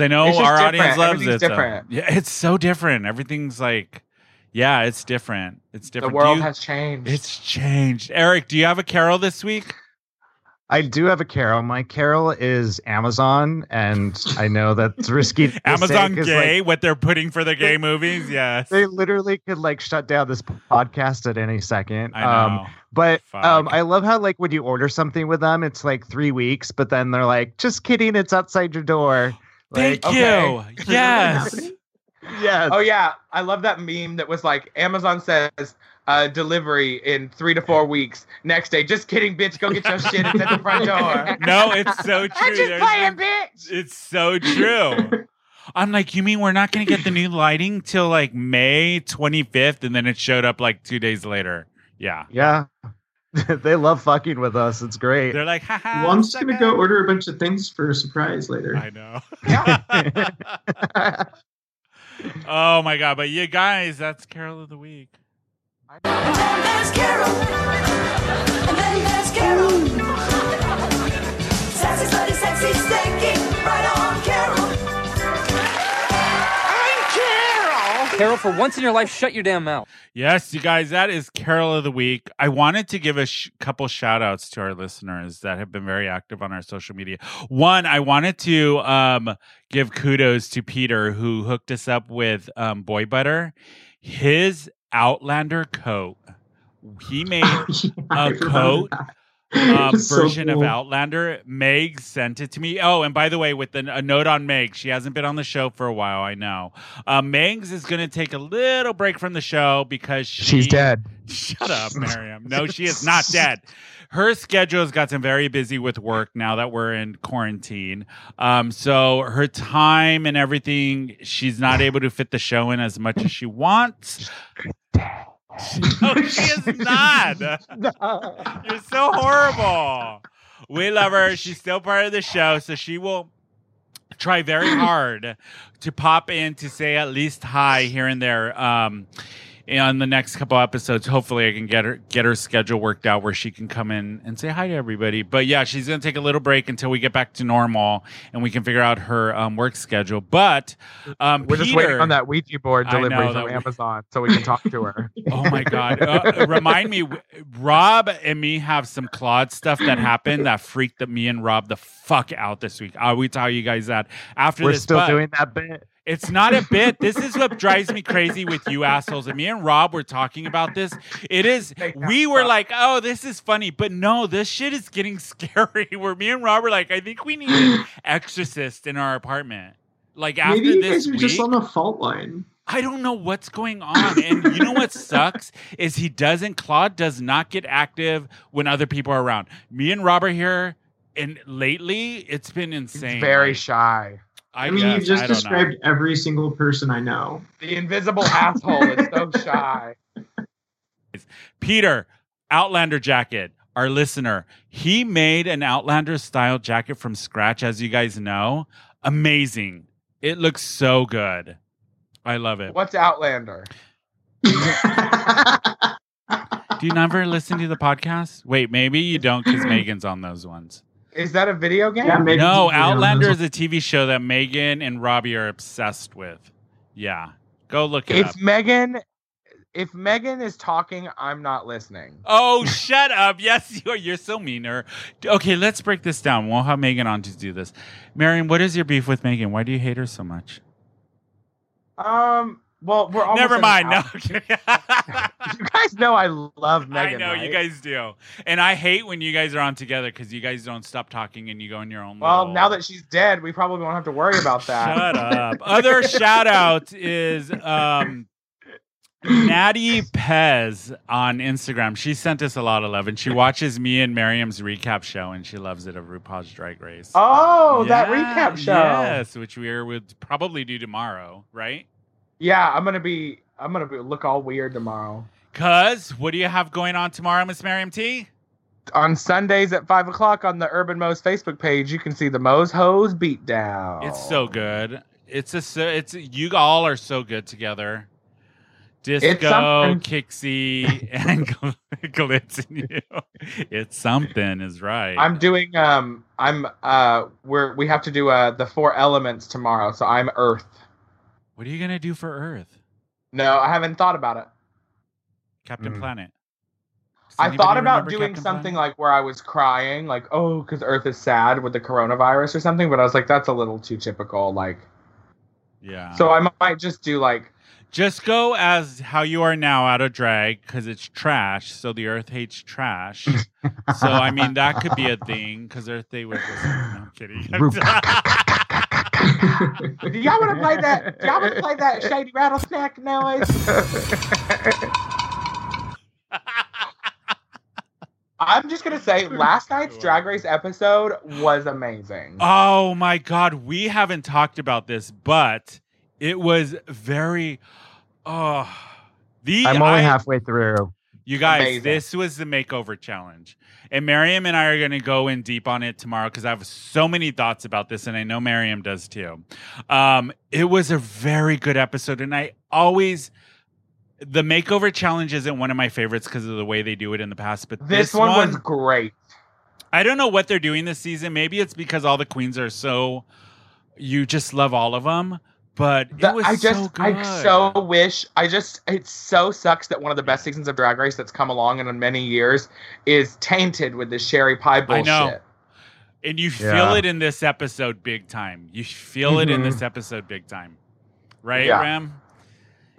S1: I know
S3: It's just
S1: our audience
S3: different.
S1: loves it.
S3: Everything's
S1: so-
S3: different.
S1: yeah, it's so different. Everything's like, yeah, it's different. It's different.
S3: the
S1: Do
S3: world
S1: you-
S3: has changed
S1: it's changed. Eric, do you have a carol this week?
S4: I do have a Carol. My Carol is Amazon, and I know that's risky. to
S1: Amazon
S4: say 'cause, like,
S1: gay, what they're putting for the gay movies? Yes,
S4: they literally could like shut down this podcast at any second.
S1: I know.
S4: Um, but
S1: Fuck.
S4: um, I love how like when you order something with them, it's like three weeks, but then they're like, "Just kidding, it's outside your door."
S1: Thank
S3: Okay.
S1: you. Yes.
S4: Yes.
S3: Oh yeah, I love that meme that was like Amazon says uh, delivery in three to four weeks. Next day, just kidding, bitch. Go get your shit. It's at the front door.
S1: no, it's so true.
S3: I'm just
S1: There's-
S3: playing, bitch.
S1: It's so true. I'm like, you mean we're not going to get the new lighting till like May 25th? And then it showed up like two days later. Yeah.
S4: Yeah. they love fucking with us. It's great.
S1: They're like, haha.
S2: Well, I'm just gonna go order a bunch of things for a surprise later.
S1: I know. oh my God. But you guys, that's Carol of the Week.
S5: Then there's Carol. And then there's Carol. Sassy, slutty, sexy, stinky. Right on, Carol.
S11: Carol, for once in your life, shut your damn mouth.
S1: Yes, you guys, that is Carol of the Week. I wanted to give a sh- couple shout outs to our listeners that have been very active on our social media. One, I wanted to um, give kudos to Peter, who hooked us up with um, Boy Butter. His Outlander coat, he made
S2: I
S1: a
S2: forgot
S1: coat uh,
S2: about It's so
S1: version
S2: cool.
S1: of Outlander. Meg sent it to me. Oh, and by the way, with an, a note on Meg, she hasn't been on the show for a while. I know. Uh, Megs is going to take a little break from the show because she,
S4: She's dead.
S1: Shut up, Miriam. No, she is not dead. Her schedule has gotten very busy with work now that we're in quarantine. Um, so her time and everything, she's not able to fit the show in as much as she wants. No, she is not. You're so horrible. We love her. She's still part of the show, so she will try very hard to pop in to say at least hi here and there. Um, on the next couple episodes, hopefully I can get her get her schedule worked out where she can come in and say hi to everybody. But yeah, she's gonna take a little break until we get back to normal and we can figure out her um, work schedule. But um,
S4: We're just waiting
S1: Peter-
S4: on that Ouija board
S1: I
S4: delivery
S1: know,
S4: from
S1: that-
S4: Amazon so we can talk to her.
S1: Oh my god! Uh, remind me, w- Rob and me have some Claude stuff that happened that freaked me and Rob the fuck out this week. I will tell you guys that after
S4: We're
S1: this,
S4: still
S1: but
S4: doing that bit.
S1: It's not a bit. This is what drives me crazy with you assholes. And me and Rob were talking about this. It is. We were like, "Oh, this is funny," but no, this shit is getting scary. Where me and Rob were like, "I think we need an exorcist in our apartment." Like after
S2: Maybe you
S1: this
S2: guys are
S1: week,
S2: just on a fault line.
S1: I don't know what's going on. And you know what sucks is he doesn't Claude does not get active when other people are around. Me and Rob are here, and lately it's been insane.
S4: Very
S1: Like,
S4: shy.
S1: I,
S2: I, mean,
S1: guess,
S2: you've just
S1: I don't
S2: described every single person I know.
S3: The invisible asshole is so shy.
S1: know. Peter Outlander jacket. Our listener, he made an Outlander style jacket from scratch, as you guys know. Amazing! It looks so good. I love it.
S3: What's Outlander?
S1: Do you never listen to the podcast? Wait, maybe you don't because Megan's on those ones.
S3: Is that a video game?
S2: Yeah, maybe
S1: no,
S2: you know,
S1: Outlander
S2: those-
S1: is a TV show that Megan and Robbie are obsessed with. Yeah, go look it
S3: If
S1: up.
S3: Megan, if Megan is talking, I'm not listening.
S1: Oh, shut up! Yes, you are. You're so meaner. Okay, let's break this down. We'll have Megan on to do this. Marion, what is your beef with Megan? Why do you hate her so much?
S3: Um. Well, we're almost
S1: Never
S3: at an
S1: mind. No,
S3: hour.
S1: I
S3: You guys know I love Megan.
S1: know you
S3: right?
S1: guys do, and I hate when you guys are on together because you guys don't stop talking and you go in your own.
S3: Well,
S1: little-
S3: now that she's dead, we probably won't have to worry about that.
S1: Shut up. Other shout out is um Natty Pez on Instagram. She sent us a lot of love and she watches me and Miriam's recap show and she loves it of RuPaul's Drag Race.
S3: Oh, that
S1: Yeah,
S3: recap show.
S1: Yes, which we are would probably do tomorrow, right?
S3: Yeah, I'm gonna be. I'm gonna be, look all weird tomorrow.
S1: Cuz what do you have going on tomorrow, Miss Miriam T?
S3: On Sundays at five o'clock on the Urban Moe's Facebook page, you can see the Moe's Hose Beatdown.
S1: It's so good. It's a so it's you all are so good together. Disco,
S3: something.
S1: Kixie, and Gl- Glitz and you. It's something is right.
S3: I'm doing. Um. I'm. Uh. We're. We have to do. Uh. The four elements tomorrow. So I'm Earth.
S1: what are you gonna do for Earth,
S3: No, I haven't thought about it.
S1: Captain
S4: Mm.
S1: Planet? Does
S3: I
S1: anybody
S3: thought about
S1: remember
S3: doing
S1: Captain
S3: something
S1: Planet?
S3: like where I was crying, like, oh, because Earth is sad with the coronavirus or something, but I was like, that's a little too typical. Like,
S1: yeah.
S3: so I might just do like,
S1: Just go as how you are now out of drag because it's trash. So the Earth hates trash. so I mean that could be a thing because Earth Day was. Just, no I'm kidding.
S3: Do y'all want to play that? Do y'all want to play that shady rattlesnake noise? I'm just gonna say, last night's Drag Race episode was amazing.
S1: Oh my God, we haven't talked about this, but it was very. Oh, the
S4: I'm only
S1: I-
S4: halfway through.
S1: You guys,
S4: Amazing.
S1: this was the makeover challenge. And Miriam and I are going to go in deep on it tomorrow because I have so many thoughts about this, and I know Miriam does too. Um, it was a very good episode, and I always. The makeover challenge isn't one of my favorites because of the way they do it in the past, but
S3: This, one, was great.
S1: I don't know what they're doing this season. Maybe it's because all the queens are so you just love all of them, but it
S3: The-
S1: was
S3: I just,
S1: so good.
S3: I so wish. I just, it so sucks that one of the best seasons of Drag Race that's come along in many years is tainted with this sherry pie
S1: I
S3: bullshit.
S1: know. And you
S3: Yeah.
S1: feel it in this episode big time. You feel it in this episode big time. Right,
S3: Yeah.
S1: Ram?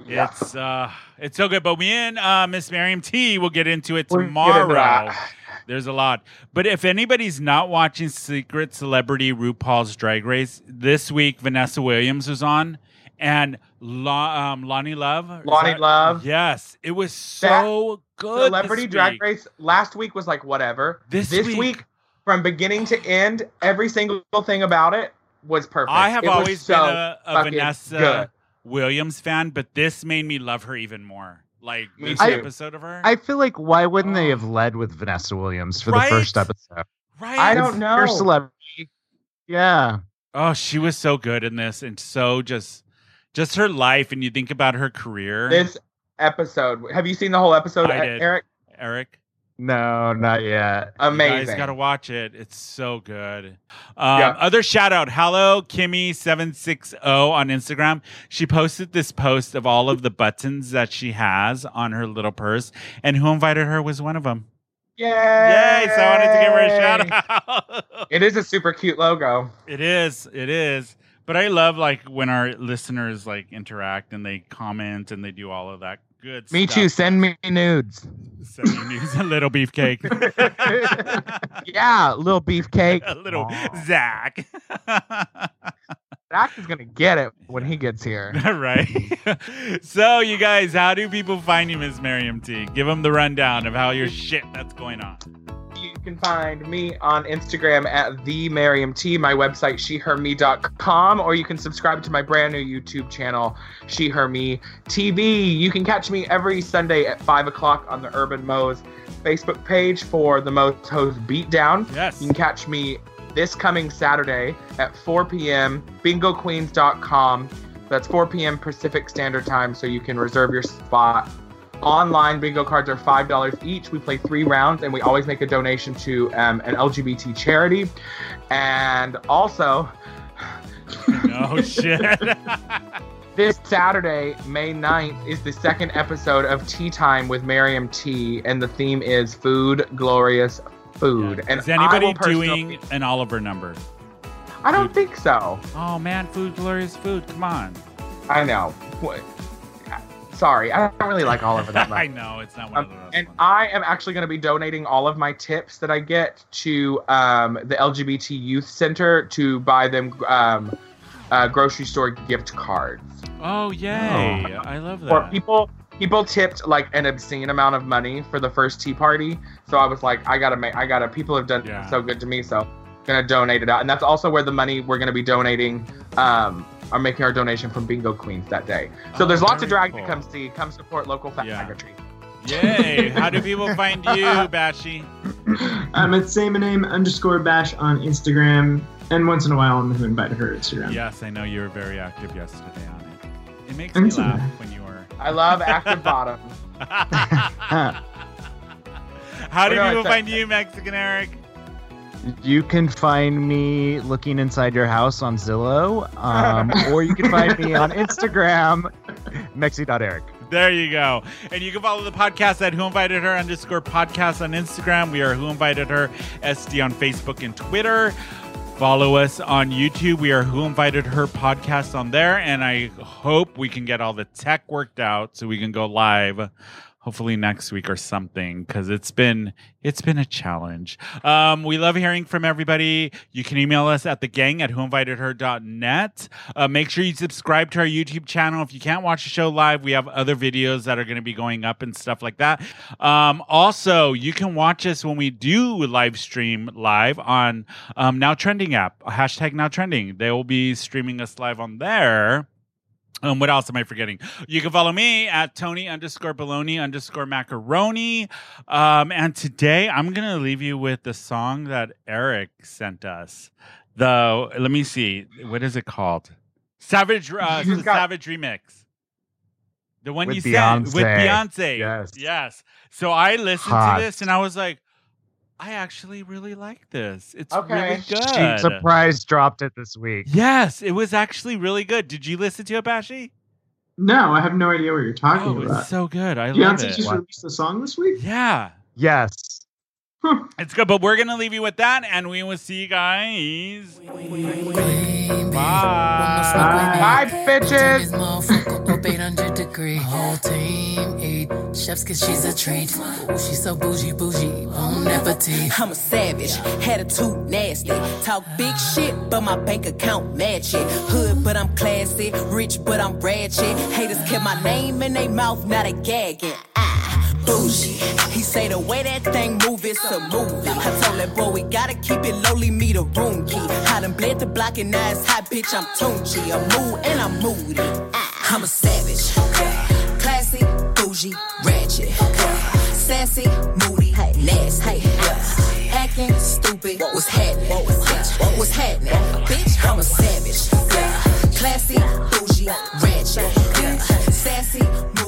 S3: Yeah.
S1: It's uh it's so good. But we and uh Miss Miriam T will get into it
S3: We'll get into
S1: tomorrow.
S3: that.
S1: There's a lot. But if anybody's not watching Secret Celebrity RuPaul's Drag Race, this week Vanessa Williams was on and La- um, Lonnie Love. is
S3: Lonnie
S1: that-
S3: Love.
S1: Yes. It was
S3: That
S1: so good.
S3: Celebrity
S1: this
S3: Drag
S1: week.
S3: Race last week was like whatever.
S1: This
S3: week,
S1: week-
S3: from beginning to end, every single thing about it was perfect.
S1: I have
S3: It was
S1: always
S3: so
S1: been a, a
S3: fucking
S1: Vanessa
S3: good.
S1: Williams fan, but this made me love her even more. Like
S3: Me
S1: this
S4: too.
S1: episode of her.
S4: I feel like why wouldn't they have led with Vanessa Williams for
S1: Right?
S4: the first episode?
S1: right.
S3: I don't know.
S4: Her celebrity. Yeah.
S1: Oh, she was so good in this and so just just her life and you think about her career.
S3: This episode. Have you seen the whole episode, E-,
S1: I did.
S3: Eric?
S1: Eric.
S4: No, not yet.
S1: You guys
S3: Amazing.
S1: gotta watch it. It's so good. Um,
S3: Yeah.
S1: Other shout out, hello Kimmy760 on Instagram. She posted this post of all of the buttons that she has on her little purse, and who invited her was one of them.
S3: Yay!
S1: Yay! So I wanted to give her a shout
S3: out. It is a super cute logo.
S1: It is. It is. But I love like when our listeners like interact and they comment and they do all of that good
S3: Me
S1: stuff.
S3: too. Send me nudes.
S1: Send me news a little beefcake.
S3: yeah, little beefcake.
S1: a little Zach.
S3: Zach is gonna get it when he gets here.
S1: right. so you guys, how do people find you, Miss Miriam T? Give them the rundown of how your shit that's going on.
S3: You can find me on Instagram at the Mariam T, my website sheherme.com, or you can subscribe to my brand new YouTube channel, She Her Me TV. You can catch me every Sunday at five o'clock on the Urban Moe's Facebook page for the Moe's Hose Beatdown.
S1: Yes.
S3: You can catch me this coming Saturday at 4 p.m. bingoqueens.com. That's 4 p.m. Pacific Standard Time, so you can reserve your spot Online bingo cards are five dollars each. We play three rounds, and we always make a donation to um, an LGBT charity. And also,
S1: No shit.
S3: this Saturday, May 9th, is the second episode of Tea Time with Miriam T, and the theme is food, glorious food. And
S1: Is
S3: I
S1: anybody
S3: will personally-
S1: doing an Oliver number?
S3: I don't think so.
S1: Oh man, food glorious food. Come on.
S3: I know. What? Sorry, I don't really like Oliver that much.
S1: I know it's not one of those.
S3: and I am actually going to be donating all of my tips that I get to um, the LGBT Youth Center to buy them um, uh, grocery store gift cards.
S1: Oh yay! I love
S3: Or
S1: that.
S3: people people tipped like an obscene amount of money for the first tea party, so I was like, I gotta make, I gotta. People have done
S1: Yeah.
S3: so good to me, so I'm gonna donate it out, and that's also where the money we're gonna be donating. Um, are making our donation from Bingo Queens that day. So
S1: Oh,
S3: there's lots of
S1: very
S3: drag
S1: cool.
S3: to come see. Come support local fat faggotry.
S1: Yay! How do people find you, Bashy?
S2: I'm at same name underscore bash on Instagram, and once in a while on the Who Invited Her Instagram.
S1: Yes, I know you were very active yesterday on it. It makes
S2: And
S1: me
S2: so-
S1: laugh when you are.
S3: I love active bottom.
S1: How do
S3: We're
S1: people
S3: gonna-
S1: find you, Mexican Eric?
S4: You can find me looking inside your house on Zillow, um, or you can find me on Instagram, mexi.eric.
S1: There you go. And you can follow the podcast at Who Invited Her underscore podcast on Instagram. We are Who Invited Her SD on Facebook and Twitter. Follow us on YouTube. We are Who Invited Her podcast on there. And I hope we can get all the tech worked out so we can go live hopefully next week or something because it's been it's been a challenge um, we love hearing from everybody you can email us at the gang at whoinvitedher.net uh, make sure you subscribe to our youtube channel if you can't watch the show live we have other videos that are going to be going up and stuff like that um, also you can watch us when we do live stream live on um, now trending app hashtag now trending they will be streaming us live on there um, what else am I forgetting? You can follow me at Tony underscore baloney underscore macaroni. Um, and today I'm going to leave you with the song that Eric sent us. The, let me see, what is it called? Savage, uh,
S3: You
S1: the
S3: got-
S1: Savage Remix. The one
S4: With
S1: you sent with
S4: Beyonce.
S1: Beyonce.
S4: Yes.
S1: Yes. So I listened
S4: Hot.
S1: to this and I was like, I actually really like this. It's really
S4: She
S1: good.
S4: surprise dropped it this week.
S1: Yes, it was actually really good. Did you listen to it, Bashi?
S2: No, I have no idea what you're talking
S1: Oh,
S2: about.
S1: it's so good. I love
S2: Beyonce
S1: it.
S2: just released a song this week.
S1: Yeah.
S4: Yes.
S1: It's good, but we're going to leave you with that, and we will see you guys.
S3: Bye, bitches.
S12: up 800 degree. Whole team eat chefs cause she's a treat. Ooh, she's so bougie, bougie, bon appetit.
S13: I'm a savage, had a tooth nasty. Talk big shit, but my bank account match it. Hood, but I'm classy. Rich, but I'm ratchet. Haters kept my name in their mouth, not a gagging. Ah, bougie. He say the way that thing move, it's a movie. I told that boy we gotta keep it lowly, me the room key. I done bled the block and now it's hot, bitch. I'm Tunchi. I'm mood and I'm moody. Ah, I'm a savage. Classy, bougie, ratchet. Sassy, moody, nasty. Yeah. Acting stupid. What was happening? What was happening? What was happening? Bitch, I'm a savage. Yeah. Classy, bougie, ratchet. Yeah. Sassy,